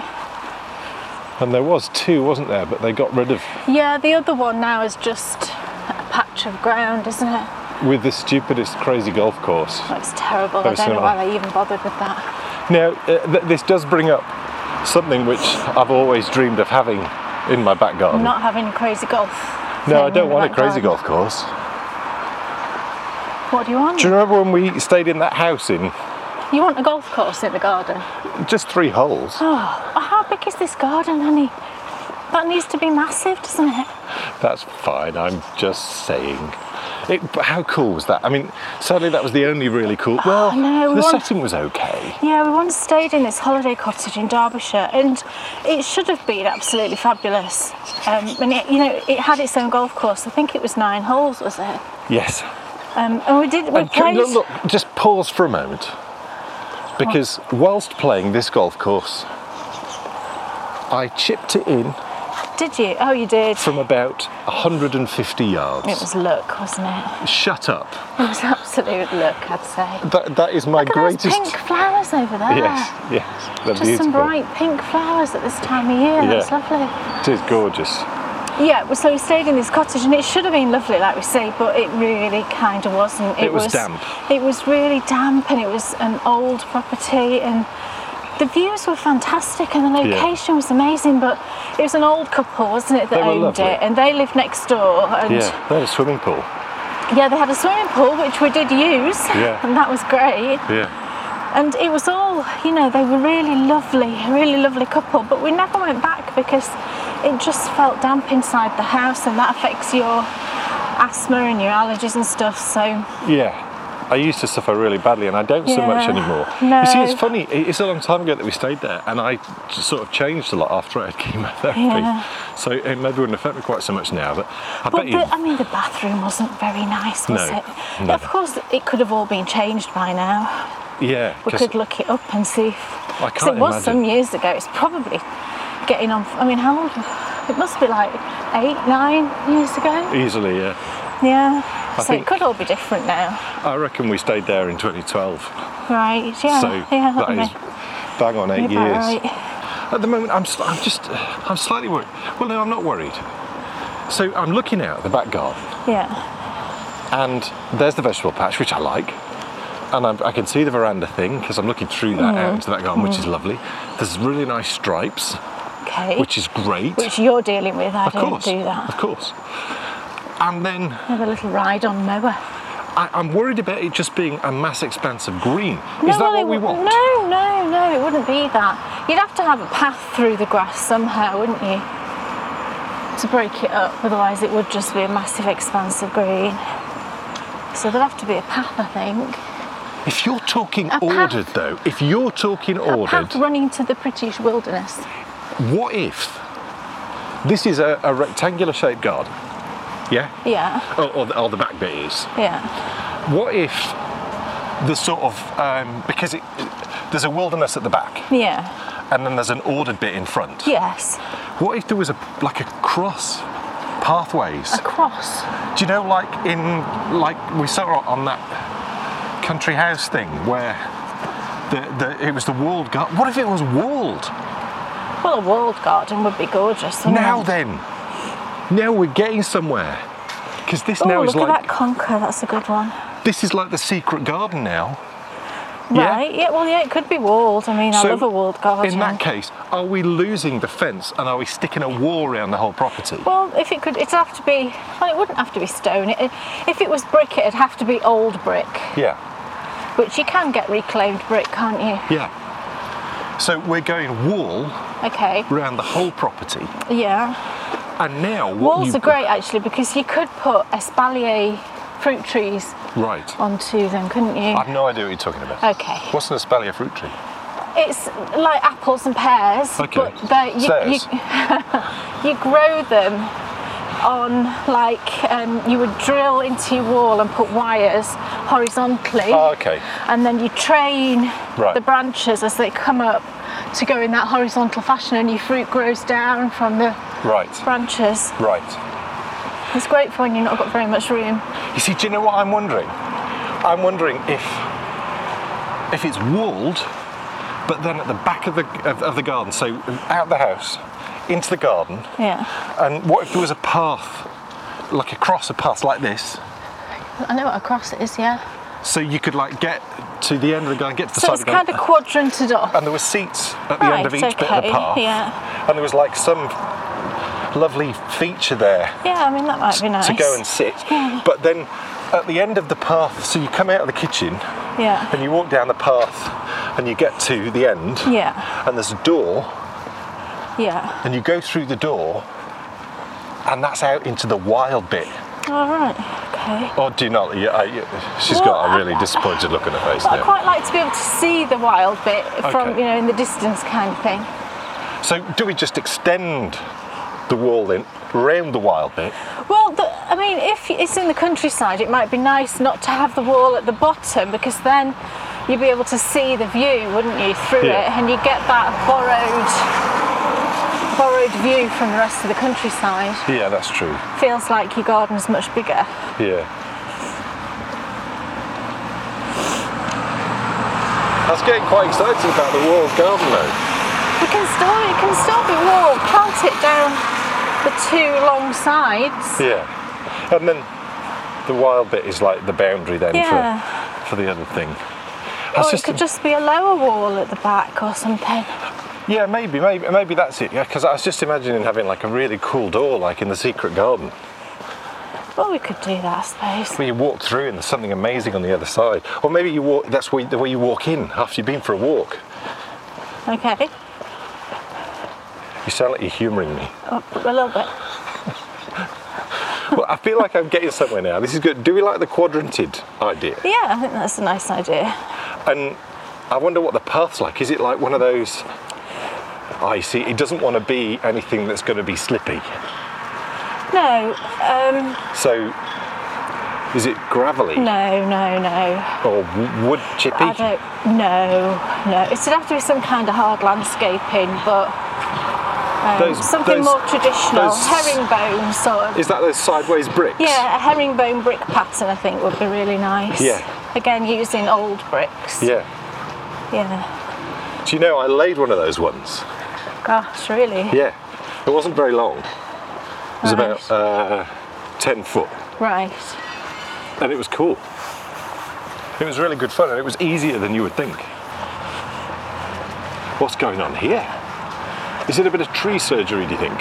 Speaker 1: And there was two, wasn't there? But they got rid of
Speaker 2: Yeah, the other one now is just a patch of ground, isn't it?
Speaker 1: with the stupidest, crazy golf course.
Speaker 2: That's terrible.
Speaker 1: Very
Speaker 2: I don't know
Speaker 1: similar.
Speaker 2: why they even bothered with that.
Speaker 1: Now, uh, th- this does bring up something which I've always dreamed of having in my back garden.
Speaker 2: Not having a crazy golf.
Speaker 1: no, I
Speaker 2: thing in
Speaker 1: don't
Speaker 2: the
Speaker 1: want a
Speaker 2: back
Speaker 1: crazy
Speaker 2: garden.
Speaker 1: golf course.
Speaker 2: What do you want?
Speaker 1: Do you remember when we stayed in that house in
Speaker 2: You want a golf course in the garden?
Speaker 1: just three holes?
Speaker 2: Oh, oh, how big is this garden, honey? That needs to be massive, doesn't it?
Speaker 1: That's fine, I'm just saying. It, but how cool was that? I mean, sadly, that was the only really cool. Well,
Speaker 2: Oh, no, we
Speaker 1: the
Speaker 2: want-
Speaker 1: setting was okay.
Speaker 2: Yeah, we once stayed in this holiday cottage in Derbyshire, and it should have been absolutely fabulous. Um, and it, you know, it had its own golf course. I think it was nine holes, was it?
Speaker 1: Yes.
Speaker 2: Um, and we did. We
Speaker 1: And can,
Speaker 2: played.
Speaker 1: look, look, just pause for a moment. Because whilst playing this golf course, I chipped it in
Speaker 2: Did you? Oh, you did.
Speaker 1: from about 150 yards.
Speaker 2: It was luck, wasn't it?
Speaker 1: Shut up.
Speaker 2: It was absolute luck, I'd say.
Speaker 1: That, that is my
Speaker 2: Look at
Speaker 1: greatest.
Speaker 2: those pink flowers over there.
Speaker 1: Yes, yes. They're
Speaker 2: Just
Speaker 1: beautiful.
Speaker 2: some bright pink flowers at this time of year. That's
Speaker 1: Yeah.
Speaker 2: lovely.
Speaker 1: It is gorgeous.
Speaker 2: Yeah, well, so we stayed in this cottage and it should have been lovely, like we say, but it really kind of wasn't.
Speaker 1: It was damp.
Speaker 2: It was really damp and it was an old property and the views were fantastic and the location was amazing, but it was an old couple, wasn't it, that
Speaker 1: They were
Speaker 2: owned
Speaker 1: lovely.
Speaker 2: it, and they lived next door. And
Speaker 1: Yeah, they had a swimming pool.
Speaker 2: yeah, they had a swimming pool which we did use,
Speaker 1: Yeah.
Speaker 2: and that was great.
Speaker 1: Yeah.
Speaker 2: And it was all, you know, they were really lovely, really lovely couple, but we never went back because it just felt damp inside the house, and that affects your asthma and your allergies and stuff. So
Speaker 1: Yeah. I used to suffer really badly and I don't so much
Speaker 2: Yeah.
Speaker 1: anymore. You see, it's funny, it- it's a long time ago that we stayed there and I j- sort of changed a lot after I had chemotherapy.
Speaker 2: Yeah.
Speaker 1: So it maybe wouldn't affect me quite so much now, but I
Speaker 2: But
Speaker 1: bet you.
Speaker 2: the, I mean, the bathroom wasn't very nice, was
Speaker 1: No,
Speaker 2: it?
Speaker 1: no.
Speaker 2: Of course, it could have all been changed by now.
Speaker 1: yeah,
Speaker 2: We
Speaker 1: 'cause-
Speaker 2: could look it up and see. If,
Speaker 1: I
Speaker 2: 'cause
Speaker 1: can't
Speaker 2: it was some
Speaker 1: imagine.
Speaker 2: years ago. It's probably getting on. I mean, how old? It must be like eight, nine years ago.
Speaker 1: easily, yeah.
Speaker 2: Yeah.
Speaker 1: I
Speaker 2: so
Speaker 1: think-
Speaker 2: it could all be different now,
Speaker 1: I reckon we stayed there in 2012.
Speaker 2: right? Yeah.
Speaker 1: so
Speaker 2: yeah.
Speaker 1: that
Speaker 2: may-
Speaker 1: is bang on eight
Speaker 2: may be about
Speaker 1: years.
Speaker 2: right.
Speaker 1: At the moment, I'm, s- I'm just, uh, I'm slightly worried. Well, no, I'm not worried. So I'm looking out the back garden,
Speaker 2: Yeah.
Speaker 1: and there's the vegetable patch, which I like, and I'm, I can see the veranda thing because I'm looking through
Speaker 2: Mm,
Speaker 1: that out into that garden, which is lovely. There's really nice stripes,
Speaker 2: Okay.
Speaker 1: which is great.
Speaker 2: Which you're dealing with. I
Speaker 1: of
Speaker 2: don't
Speaker 1: course,
Speaker 2: do
Speaker 1: of
Speaker 2: that.
Speaker 1: course. And then
Speaker 2: I have a little ride on mower.
Speaker 1: I, I'm worried about it just being a mass expanse of green. is that
Speaker 2: well,
Speaker 1: what
Speaker 2: it
Speaker 1: we
Speaker 2: wou-
Speaker 1: want?
Speaker 2: No, no, no, it wouldn't be that. You'd have to have a path through the grass somehow, wouldn't you? To break it up, otherwise it would just be a massive expanse of green. So there'd have to be a path, I think.
Speaker 1: If you're talking
Speaker 2: A path.
Speaker 1: ordered, though, if you're talking
Speaker 2: A
Speaker 1: ordered,
Speaker 2: path running to the British wilderness.
Speaker 1: what if this is a, a rectangular shaped garden? Yeah?
Speaker 2: Yeah,
Speaker 1: Or, or, the, or the back bit is.
Speaker 2: yeah,
Speaker 1: What if the sort of, um, because it, there's a wilderness at the back
Speaker 2: yeah,
Speaker 1: and then there's an ordered bit in front.
Speaker 2: yes.
Speaker 1: What if there was a like a cross? Pathways.
Speaker 2: A cross.
Speaker 1: Do you know, like in like we saw on that country house thing where the, the it was the walled garden. What if it was walled?
Speaker 2: Well, a walled garden would be gorgeous. wouldn't
Speaker 1: Now
Speaker 2: it?
Speaker 1: then, now we're getting somewhere. Because this
Speaker 2: Oh,
Speaker 1: now is
Speaker 2: look at that
Speaker 1: like
Speaker 2: conker. That's a good one.
Speaker 1: this is like the secret garden now. Yeah.
Speaker 2: Right? Yeah. Well, yeah. It could be walled. I mean, I love a walled garden.
Speaker 1: In that case, are we losing the fence and are we sticking a wall around the whole property?
Speaker 2: Well, if it could, it'd have to be. Well, it wouldn't have to be stone. It, if it was brick, it'd have to be old brick,
Speaker 1: yeah,
Speaker 2: which you can get reclaimed brick, can't you?
Speaker 1: yeah. So we're going wall
Speaker 2: Okay.
Speaker 1: around the whole property,
Speaker 2: Yeah.
Speaker 1: and now what
Speaker 2: Walls
Speaker 1: you-
Speaker 2: are great actually because you could put espalier fruit trees
Speaker 1: Right.
Speaker 2: onto them, couldn't you?
Speaker 1: I've no idea what you're talking about.
Speaker 2: Okay.
Speaker 1: What's an espalier fruit tree?
Speaker 2: It's like apples and pears,
Speaker 1: Okay.
Speaker 2: but they- you,
Speaker 1: Says.
Speaker 2: you, you grow them on like um, you would drill into your wall and put wires horizontally.
Speaker 1: Oh, okay.
Speaker 2: and then you train
Speaker 1: Right.
Speaker 2: the branches as they come up to go in that horizontal fashion and your fruit grows down from the
Speaker 1: Right.
Speaker 2: branches.
Speaker 1: Right.
Speaker 2: It's great for when you've not got very much room.
Speaker 1: You see, do you know what I'm wondering? I'm wondering if if it's walled, but then at the back of the of, of the garden, so out the house, into the garden,
Speaker 2: Yeah.
Speaker 1: and what if there was a path, like across a path like this,
Speaker 2: I know what a cross is, yeah.
Speaker 1: so you could like get to the end of the garden, get to the
Speaker 2: So
Speaker 1: side
Speaker 2: it's
Speaker 1: of the garden,
Speaker 2: kind of quadranted off.
Speaker 1: and there were seats at the end of each
Speaker 2: Right,
Speaker 1: bit of the
Speaker 2: okay,
Speaker 1: path,
Speaker 2: yeah.
Speaker 1: and there was like some lovely feature there
Speaker 2: Yeah, I mean, that might be nice.
Speaker 1: to go and sit,
Speaker 2: Yeah.
Speaker 1: but then. At the end of the path, so you come out of the kitchen,
Speaker 2: Yeah.
Speaker 1: and you walk down the path and you get to the end
Speaker 2: Yeah,
Speaker 1: and there's a door
Speaker 2: yeah.
Speaker 1: and you go through the door and that's out into the wild bit
Speaker 2: All right, okay.
Speaker 1: oh do you not you, I, you, she's
Speaker 2: Well,
Speaker 1: got a
Speaker 2: I-
Speaker 1: really disappointed look on her face
Speaker 2: But I
Speaker 1: now
Speaker 2: quite like to be able to see the wild bit from,
Speaker 1: Okay.
Speaker 2: you know, in the distance kind of thing.
Speaker 1: so do we just extend the wall in round the wild bit
Speaker 2: Well, the, I mean, if it's in the countryside, it might be nice not to have the wall at the bottom because then you'd be able to see the view, wouldn't you, through
Speaker 1: Yeah.
Speaker 2: it, and you get that borrowed borrowed view from the rest of the countryside.
Speaker 1: yeah that's true
Speaker 2: Feels like your garden's much bigger.
Speaker 1: yeah That's getting quite excited about the walled garden though.
Speaker 2: It can still it can still be walled. Plant it down the two long sides.
Speaker 1: Yeah. And then the wild bit is like the boundary then
Speaker 2: Yeah.
Speaker 1: for, for the other thing. That's
Speaker 2: or it
Speaker 1: just
Speaker 2: could just be a lower wall at the back or something.
Speaker 1: Yeah, maybe, maybe, maybe that's it. Yeah, because I was just imagining having like a really cool door, like in the secret garden,
Speaker 2: Well, we could do that, I suppose.
Speaker 1: where you walk through and there's something amazing on the other side. Or maybe you walk. That's where, the way you walk in after you've been for a walk.
Speaker 2: Okay,
Speaker 1: You sound like you're humouring me.
Speaker 2: Oh, a little bit.
Speaker 1: well, I feel like I'm getting somewhere now. This is good. Do we like the quadranted idea?
Speaker 2: Yeah, I think that's a nice idea.
Speaker 1: And I wonder what the path's like. Is it like one of those? I see. It doesn't want to be anything that's going to be slippy.
Speaker 2: No, um,
Speaker 1: So, is it gravelly
Speaker 2: no, no, no.
Speaker 1: or w- wood chippy?
Speaker 2: I don't. No, no. It'd have to be some kind of hard landscaping, but um,
Speaker 1: Those-
Speaker 2: something
Speaker 1: those-
Speaker 2: more traditional,
Speaker 1: those-
Speaker 2: herringbone sort of.
Speaker 1: Is that those sideways bricks?
Speaker 2: yeah, a herringbone brick pattern I think would be really nice.
Speaker 1: Yeah.
Speaker 2: Again, using old bricks.
Speaker 1: Yeah.
Speaker 2: Yeah.
Speaker 1: Do you know I laid one of those ones?
Speaker 2: Gosh, really.
Speaker 1: Yeah. It wasn't very long. It was
Speaker 2: Right.
Speaker 1: about uh, ten foot,
Speaker 2: Right.
Speaker 1: and it was cool. It was really good fun, and it was easier than you would think. What's going on here? Is it a bit of tree surgery? Do you think?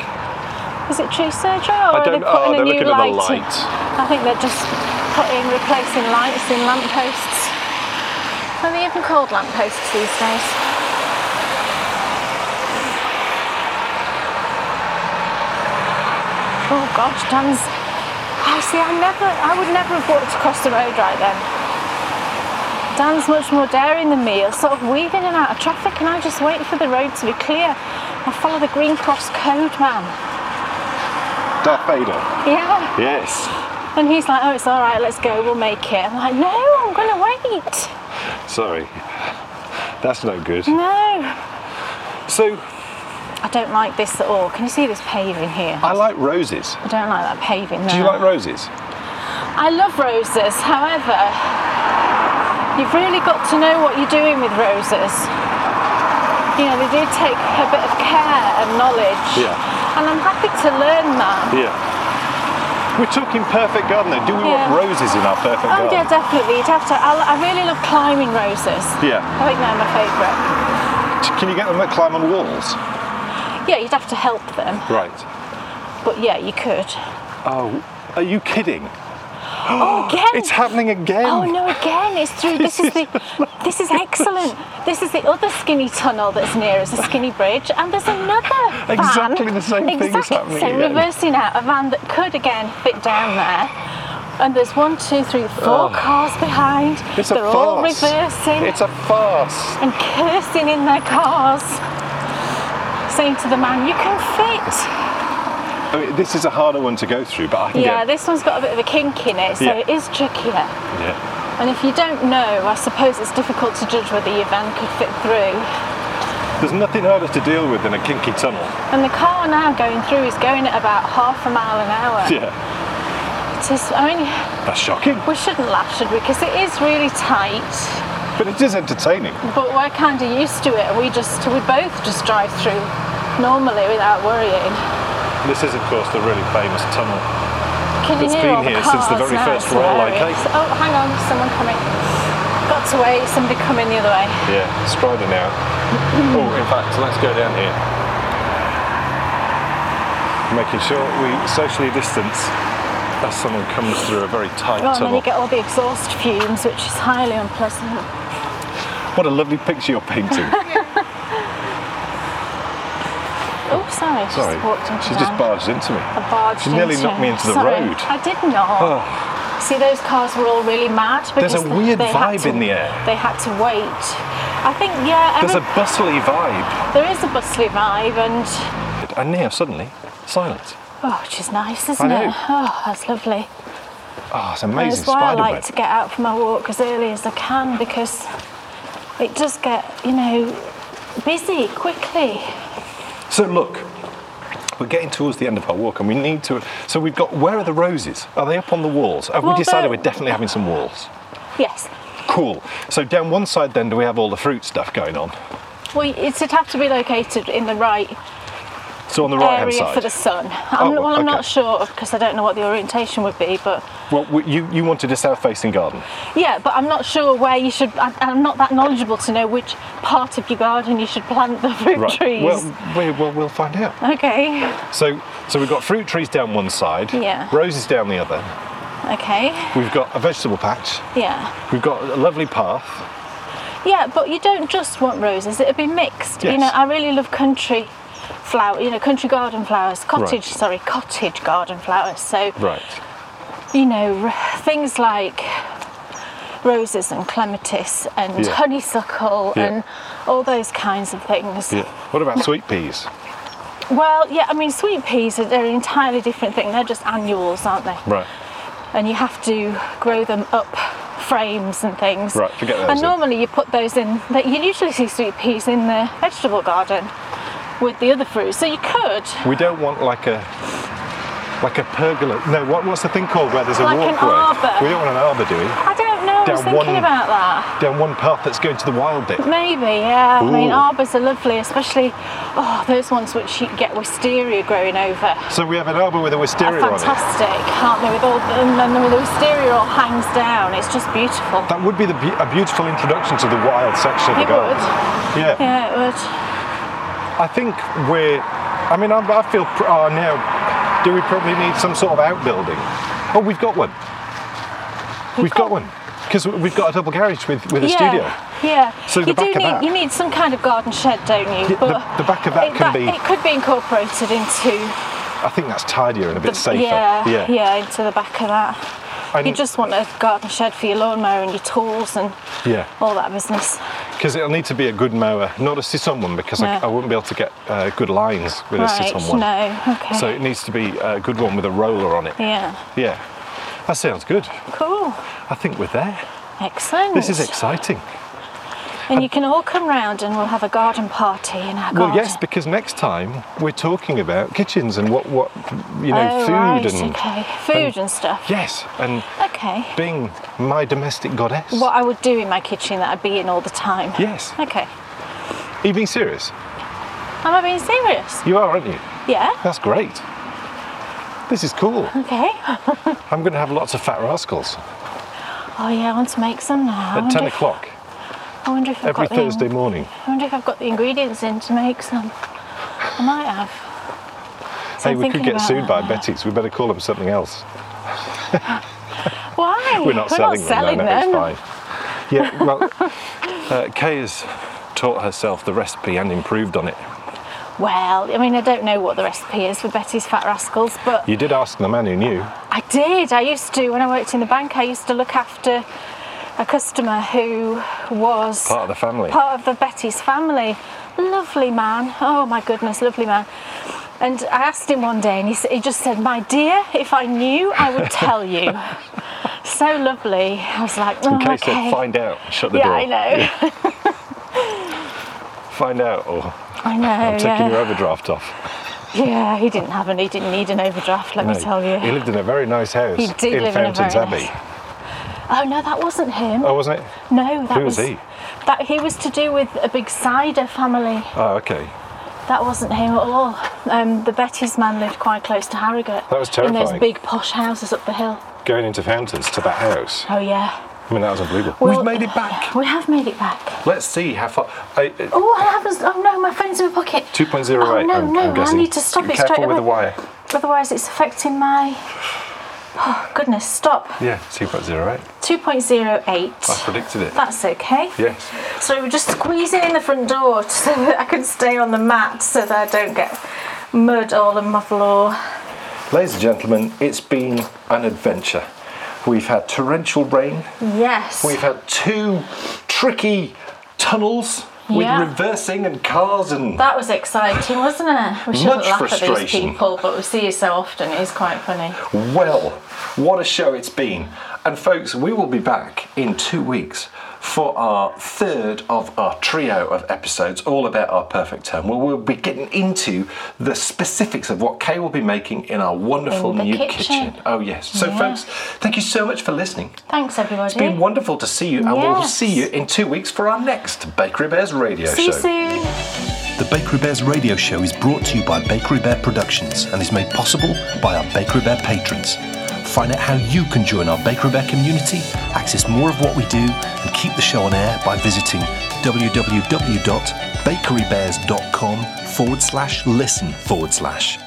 Speaker 2: Is it tree surgery or are they putting
Speaker 1: Oh,
Speaker 2: a
Speaker 1: they're
Speaker 2: new
Speaker 1: looking
Speaker 2: light?
Speaker 1: at the
Speaker 2: in?
Speaker 1: light.
Speaker 2: I think they're just putting replacing lights in lampposts. Are they even called lampposts these days? Oh gosh, Dan's. I see. I never. I would never have walked across the road right then. Dan's much more daring than me. He'll sort of weave in and out of traffic, and I just wait for the road to be clear. I follow the green cross code, man.
Speaker 1: Darth Vader.
Speaker 2: Yeah.
Speaker 1: Yes.
Speaker 2: And he's like, oh, it's all right, let's go, we'll make it. I'm like, no, I'm going to wait.
Speaker 1: Sorry. That's no good.
Speaker 2: No,
Speaker 1: So
Speaker 2: I don't like this at all. Can you see this paving here?
Speaker 1: I like roses.
Speaker 2: I don't like that paving there.
Speaker 1: Do you like roses?
Speaker 2: I love roses, however, you've really got to know what you're doing with roses. You know, they do take a bit of care and knowledge.
Speaker 1: Yeah.
Speaker 2: And I'm happy to learn that.
Speaker 1: Yeah. We're talking perfect garden though. Do we
Speaker 2: Yeah.
Speaker 1: want roses in our perfect
Speaker 2: Oh, yeah,
Speaker 1: garden?
Speaker 2: definitely. You'd have to. I, I really love climbing roses.
Speaker 1: Yeah.
Speaker 2: I think they're my favourite.
Speaker 1: Can you get them that climb on walls?
Speaker 2: Yeah, you'd have to help them,
Speaker 1: Right.
Speaker 2: but yeah, you could.
Speaker 1: Oh, are you kidding?
Speaker 2: Again.
Speaker 1: It's happening again.
Speaker 2: Oh no! Again, it's through. This is the. This is excellent. This is the other skinny tunnel that's near us, a skinny bridge, and there's another. van.
Speaker 1: Exactly the same thing is
Speaker 2: Exact-
Speaker 1: happening
Speaker 2: So
Speaker 1: again.
Speaker 2: reversing out a van that could again fit down there, and there's one, two, three, four
Speaker 1: Oh.
Speaker 2: cars behind.
Speaker 1: It's a
Speaker 2: They're all
Speaker 1: farce.
Speaker 2: reversing
Speaker 1: It's a farce.
Speaker 2: and cursing in their cars, saying to the man, "You can fit."
Speaker 1: I mean, this is a harder one to go through, but I can
Speaker 2: Yeah,
Speaker 1: get.
Speaker 2: this one's got a bit of a kink in it, so
Speaker 1: Yeah.
Speaker 2: it is trickier.
Speaker 1: Yeah.
Speaker 2: And if you don't know, I suppose it's difficult to judge whether your van could fit through.
Speaker 1: There's nothing harder to deal with than a kinky tunnel.
Speaker 2: And the car now going through is going at about half a mile an hour.
Speaker 1: Yeah.
Speaker 2: It is, I mean,
Speaker 1: That's shocking.
Speaker 2: we shouldn't laugh, should we? Because it is really tight,
Speaker 1: But it is entertaining.
Speaker 2: but we're kind of used to it. We just, we both just drive through normally without worrying.
Speaker 1: This is, of course, the really famous tunnel.
Speaker 2: Can you
Speaker 1: It's
Speaker 2: hear
Speaker 1: been
Speaker 2: all the
Speaker 1: here since the
Speaker 2: cars
Speaker 1: very
Speaker 2: now?
Speaker 1: first
Speaker 2: It's
Speaker 1: Royal
Speaker 2: hilarious.
Speaker 1: Arcade.
Speaker 2: Oh, hang on, someone coming. Got to wait, somebody coming the other way.
Speaker 1: Yeah, striding out. oh, in fact, let's go down here. Making sure we socially distance as someone comes through a very tight
Speaker 2: Well, and then
Speaker 1: tunnel.
Speaker 2: you get all the exhaust fumes, which is highly unpleasant.
Speaker 1: What a lovely picture you're painting.
Speaker 2: Oh, sorry, she
Speaker 1: Sorry,
Speaker 2: just walked into
Speaker 1: she just
Speaker 2: Dan.
Speaker 1: barged into me.
Speaker 2: I barged
Speaker 1: She nearly
Speaker 2: into
Speaker 1: knocked me into the
Speaker 2: Sorry,
Speaker 1: road.
Speaker 2: I did not.
Speaker 1: Oh,
Speaker 2: See, those cars were all really mad because
Speaker 1: There's a
Speaker 2: they-
Speaker 1: weird
Speaker 2: they had
Speaker 1: vibe
Speaker 2: to-
Speaker 1: in the air.
Speaker 2: They had to wait. I think, yeah,
Speaker 1: there's
Speaker 2: every,
Speaker 1: a bustly vibe.
Speaker 2: there is a bustly vibe, and
Speaker 1: And now suddenly, silence.
Speaker 2: oh, which is nice, isn't
Speaker 1: I know.
Speaker 2: it? Oh, that's lovely.
Speaker 1: Oh, it's
Speaker 2: And
Speaker 1: amazing.
Speaker 2: That's why I
Speaker 1: Spider
Speaker 2: like to get out for my walk as early as I can because it does get, you know, busy quickly.
Speaker 1: So look, we're getting towards the end of our walk, and we need to. So we've got. Where are the roses? Are they up on the walls? Have
Speaker 2: Well,
Speaker 1: we decided
Speaker 2: they're-
Speaker 1: we're definitely having some walls?
Speaker 2: Yes.
Speaker 1: Cool. So down one side, then, do we have all the fruit stuff going on?
Speaker 2: Well, it'd have to be located in the right
Speaker 1: So on the right hand
Speaker 2: area
Speaker 1: side.
Speaker 2: for the sun. I'm,
Speaker 1: Oh,
Speaker 2: well, I'm
Speaker 1: okay.
Speaker 2: not sure because I don't know what the orientation would be, but
Speaker 1: Well, w- you you wanted a south facing garden.
Speaker 2: yeah, but I'm not sure where you should. I, I'm not that knowledgeable to know which part of your garden you should plant the fruit trees.
Speaker 1: Well, we, well, we'll find out.
Speaker 2: okay,
Speaker 1: So, so we've got fruit trees down one side.
Speaker 2: Yeah.
Speaker 1: Roses down the other.
Speaker 2: okay,
Speaker 1: We've got a vegetable patch.
Speaker 2: yeah,
Speaker 1: We've got a lovely path.
Speaker 2: yeah. But you don't just want roses; it'd be mixed. You
Speaker 1: Yes.
Speaker 2: know, I really love country flower. You know, country garden flowers, cottage.
Speaker 1: Right.
Speaker 2: Sorry, cottage garden flowers. So
Speaker 1: Right.
Speaker 2: you know, r- things like roses and clematis and
Speaker 1: Yeah.
Speaker 2: honeysuckle
Speaker 1: Yeah.
Speaker 2: and all those kinds of things.
Speaker 1: Yeah. What about sweet peas?
Speaker 2: Well, yeah, I mean, sweet peas are they're an entirely different thing. They're just annuals, aren't they?
Speaker 1: Right.
Speaker 2: And you have to grow them up frames and things.
Speaker 1: Right, forget those
Speaker 2: And
Speaker 1: then.
Speaker 2: normally you put those in, that you usually see sweet peas in the vegetable garden with the other fruits. So you could,
Speaker 1: We don't want like a like a pergola. No. What, what's the thing called where there's a
Speaker 2: Like an
Speaker 1: walkway?
Speaker 2: arbour.
Speaker 1: We don't want an arbor, do we?
Speaker 2: I don't know, I was
Speaker 1: Down
Speaker 2: thinking
Speaker 1: one-
Speaker 2: about that.
Speaker 1: Down one path that's going to the wild bit.
Speaker 2: Maybe, yeah. I mean,
Speaker 1: Ooh.
Speaker 2: arbours are lovely, especially oh, those ones which you get wisteria growing over.
Speaker 1: So we have an arbor with a
Speaker 2: They're
Speaker 1: wisteria on it.
Speaker 2: fantastic, aren't they? With all the, and then the wisteria all hangs down. It's just beautiful.
Speaker 1: That would be the, be- a beautiful introduction to the wild section of the
Speaker 2: It
Speaker 1: garden.
Speaker 2: would.
Speaker 1: Yeah.
Speaker 2: Yeah, it would.
Speaker 1: I think we're. I mean, I, I feel. pr- Oh, now, do we probably need some sort of outbuilding? Oh, we've got one. We've, got,
Speaker 2: got-
Speaker 1: one because we've got a double garage with with a
Speaker 2: yeah,
Speaker 1: studio.
Speaker 2: Yeah.
Speaker 1: So the
Speaker 2: you
Speaker 1: back
Speaker 2: do
Speaker 1: of
Speaker 2: need
Speaker 1: that-
Speaker 2: you need some kind of garden shed, don't
Speaker 1: Yeah,
Speaker 2: you?
Speaker 1: the- the back of that
Speaker 2: it,
Speaker 1: can be-
Speaker 2: it could be incorporated into
Speaker 1: I think that's tidier and a bit
Speaker 2: the,
Speaker 1: safer.
Speaker 2: Yeah,
Speaker 1: yeah.
Speaker 2: into the back of that.
Speaker 1: And,
Speaker 2: You just want a garden shed for your lawnmower and your tools and
Speaker 1: yeah,
Speaker 2: all that business.
Speaker 1: because it'll need to be a good mower, not a sit-on one, because I,
Speaker 2: No.
Speaker 1: I wouldn't be able to get uh, good lines with a
Speaker 2: right.
Speaker 1: sit-on one.
Speaker 2: No. Okay.
Speaker 1: So it needs to be a good one with a roller on it.
Speaker 2: yeah.
Speaker 1: Yeah, that sounds good.
Speaker 2: Cool.
Speaker 1: I think we're there.
Speaker 2: Excellent.
Speaker 1: This is exciting.
Speaker 2: And you can all come round and we'll have a garden party in our
Speaker 1: Well,
Speaker 2: garden.
Speaker 1: yes, because next time we're talking about kitchens and what, what you know,
Speaker 2: oh,
Speaker 1: food
Speaker 2: right,
Speaker 1: and
Speaker 2: okay. Food and stuff.
Speaker 1: yes, and
Speaker 2: Okay.
Speaker 1: being my domestic goddess.
Speaker 2: What I would do in my kitchen that I'd be in all the time.
Speaker 1: Yes.
Speaker 2: Okay.
Speaker 1: Are you being serious?
Speaker 2: Am I being serious?
Speaker 1: You are, aren't you?
Speaker 2: Yeah.
Speaker 1: That's great. This is cool.
Speaker 2: Okay.
Speaker 1: I'm going to have lots of fat rascals
Speaker 2: Oh yeah, I want to make some now. I
Speaker 1: at
Speaker 2: wonder
Speaker 1: 10
Speaker 2: if-
Speaker 1: o'clock
Speaker 2: I wonder if I've
Speaker 1: every
Speaker 2: got the in-
Speaker 1: Thursday morning.
Speaker 2: I wonder if I've got the ingredients in to make some. I might have. So
Speaker 1: hey,
Speaker 2: I'm
Speaker 1: we could
Speaker 2: thinking
Speaker 1: get
Speaker 2: about
Speaker 1: sued by
Speaker 2: that.
Speaker 1: Betty's. We better call them something else.
Speaker 2: Why?
Speaker 1: We're not selling them.
Speaker 2: selling
Speaker 1: no,
Speaker 2: them.
Speaker 1: No, it's fine. Yeah, well, uh, Kay has taught herself the recipe and improved on it.
Speaker 2: Well, I mean, I don't know what the recipe is for Betty's Fat Rascals, but
Speaker 1: You did ask the man who knew.
Speaker 2: I did. I used to, when I worked in the bank, I used to look after a customer who was
Speaker 1: Part of the family.
Speaker 2: part of the Betty's family. Lovely man. Oh my goodness, lovely man. And I asked him one day, and he, s- he just said, My dear, if I knew, I would tell you. so lovely. I was like, oh,
Speaker 1: In case
Speaker 2: okay.
Speaker 1: they find out, shut the
Speaker 2: yeah,
Speaker 1: door.
Speaker 2: I know.
Speaker 1: Find out, or
Speaker 2: I know.
Speaker 1: I'm taking
Speaker 2: Oh, yeah.
Speaker 1: your overdraft off.
Speaker 2: yeah, he didn't have an, he didn't need an overdraft, let
Speaker 1: No,
Speaker 2: me tell you.
Speaker 1: He lived in a very nice house
Speaker 2: He did
Speaker 1: in
Speaker 2: live in a
Speaker 1: Fountains
Speaker 2: very
Speaker 1: Abbey.
Speaker 2: nice- Oh no, that wasn't him.
Speaker 1: Oh, wasn't it?
Speaker 2: No, that
Speaker 1: Who was he?
Speaker 2: That he was to do with a big cider family.
Speaker 1: Oh, okay.
Speaker 2: That wasn't him at all. Um, the Betty's man lived quite close to Harrogate.
Speaker 1: That was
Speaker 2: In
Speaker 1: terrifying.
Speaker 2: those big posh houses up the hill.
Speaker 1: Going into Fountains to that house.
Speaker 2: Oh yeah.
Speaker 1: I mean, that was unbelievable.
Speaker 2: Well-
Speaker 1: We've made it back.
Speaker 2: We have made it back.
Speaker 1: Let's see how far. I, uh,
Speaker 2: Oh, I haven't. Oh no, my phone's in my pocket.
Speaker 1: 2.08.
Speaker 2: Oh, no,
Speaker 1: I'm,
Speaker 2: no,
Speaker 1: I'm
Speaker 2: I
Speaker 1: guessing.
Speaker 2: need to stop
Speaker 1: Be
Speaker 2: it
Speaker 1: careful
Speaker 2: straight
Speaker 1: with
Speaker 2: away.
Speaker 1: the wire.
Speaker 2: Otherwise, it's affecting my. Oh goodness! Stop.
Speaker 1: Yeah, 2.08.
Speaker 2: Two point zero eight.
Speaker 1: I predicted it.
Speaker 2: That's okay.
Speaker 1: Yes.
Speaker 2: So we're just squeezing in the front door so that I can stay on the mat so that I don't get mud all on my floor.
Speaker 1: Ladies and gentlemen, it's been an adventure. We've had torrential rain.
Speaker 2: Yes.
Speaker 1: We've had two tricky tunnels with
Speaker 2: Yeah.
Speaker 1: reversing and cars and
Speaker 2: That was exciting, wasn't it? We shouldn't
Speaker 1: Much
Speaker 2: laugh at these
Speaker 1: frustration.
Speaker 2: people, but we see you so often, it is quite funny.
Speaker 1: well, what a show it's been. And folks, we will be back in two weeks for our third of our trio of episodes all about our perfect term, where we'll be getting into the specifics of what Kay will be making in our wonderful
Speaker 2: In the
Speaker 1: new
Speaker 2: kitchen.
Speaker 1: Oh, yes. So,
Speaker 2: Yeah.
Speaker 1: folks, thank you so much for listening.
Speaker 2: Thanks, everybody.
Speaker 1: It's been wonderful to see you, and we'll
Speaker 2: Yes.
Speaker 1: see you in two weeks for our next Bakery Bears radio
Speaker 2: see
Speaker 1: show.
Speaker 2: you soon.
Speaker 1: The Bakery Bears radio show is brought to you by Bakery Bear Productions and is made possible by our Bakery Bear patrons. Find out how you can join our Bakery Bear community, access more of what we do, and keep the show on air by visiting www.bakerybears.com forward slash listen forward slash.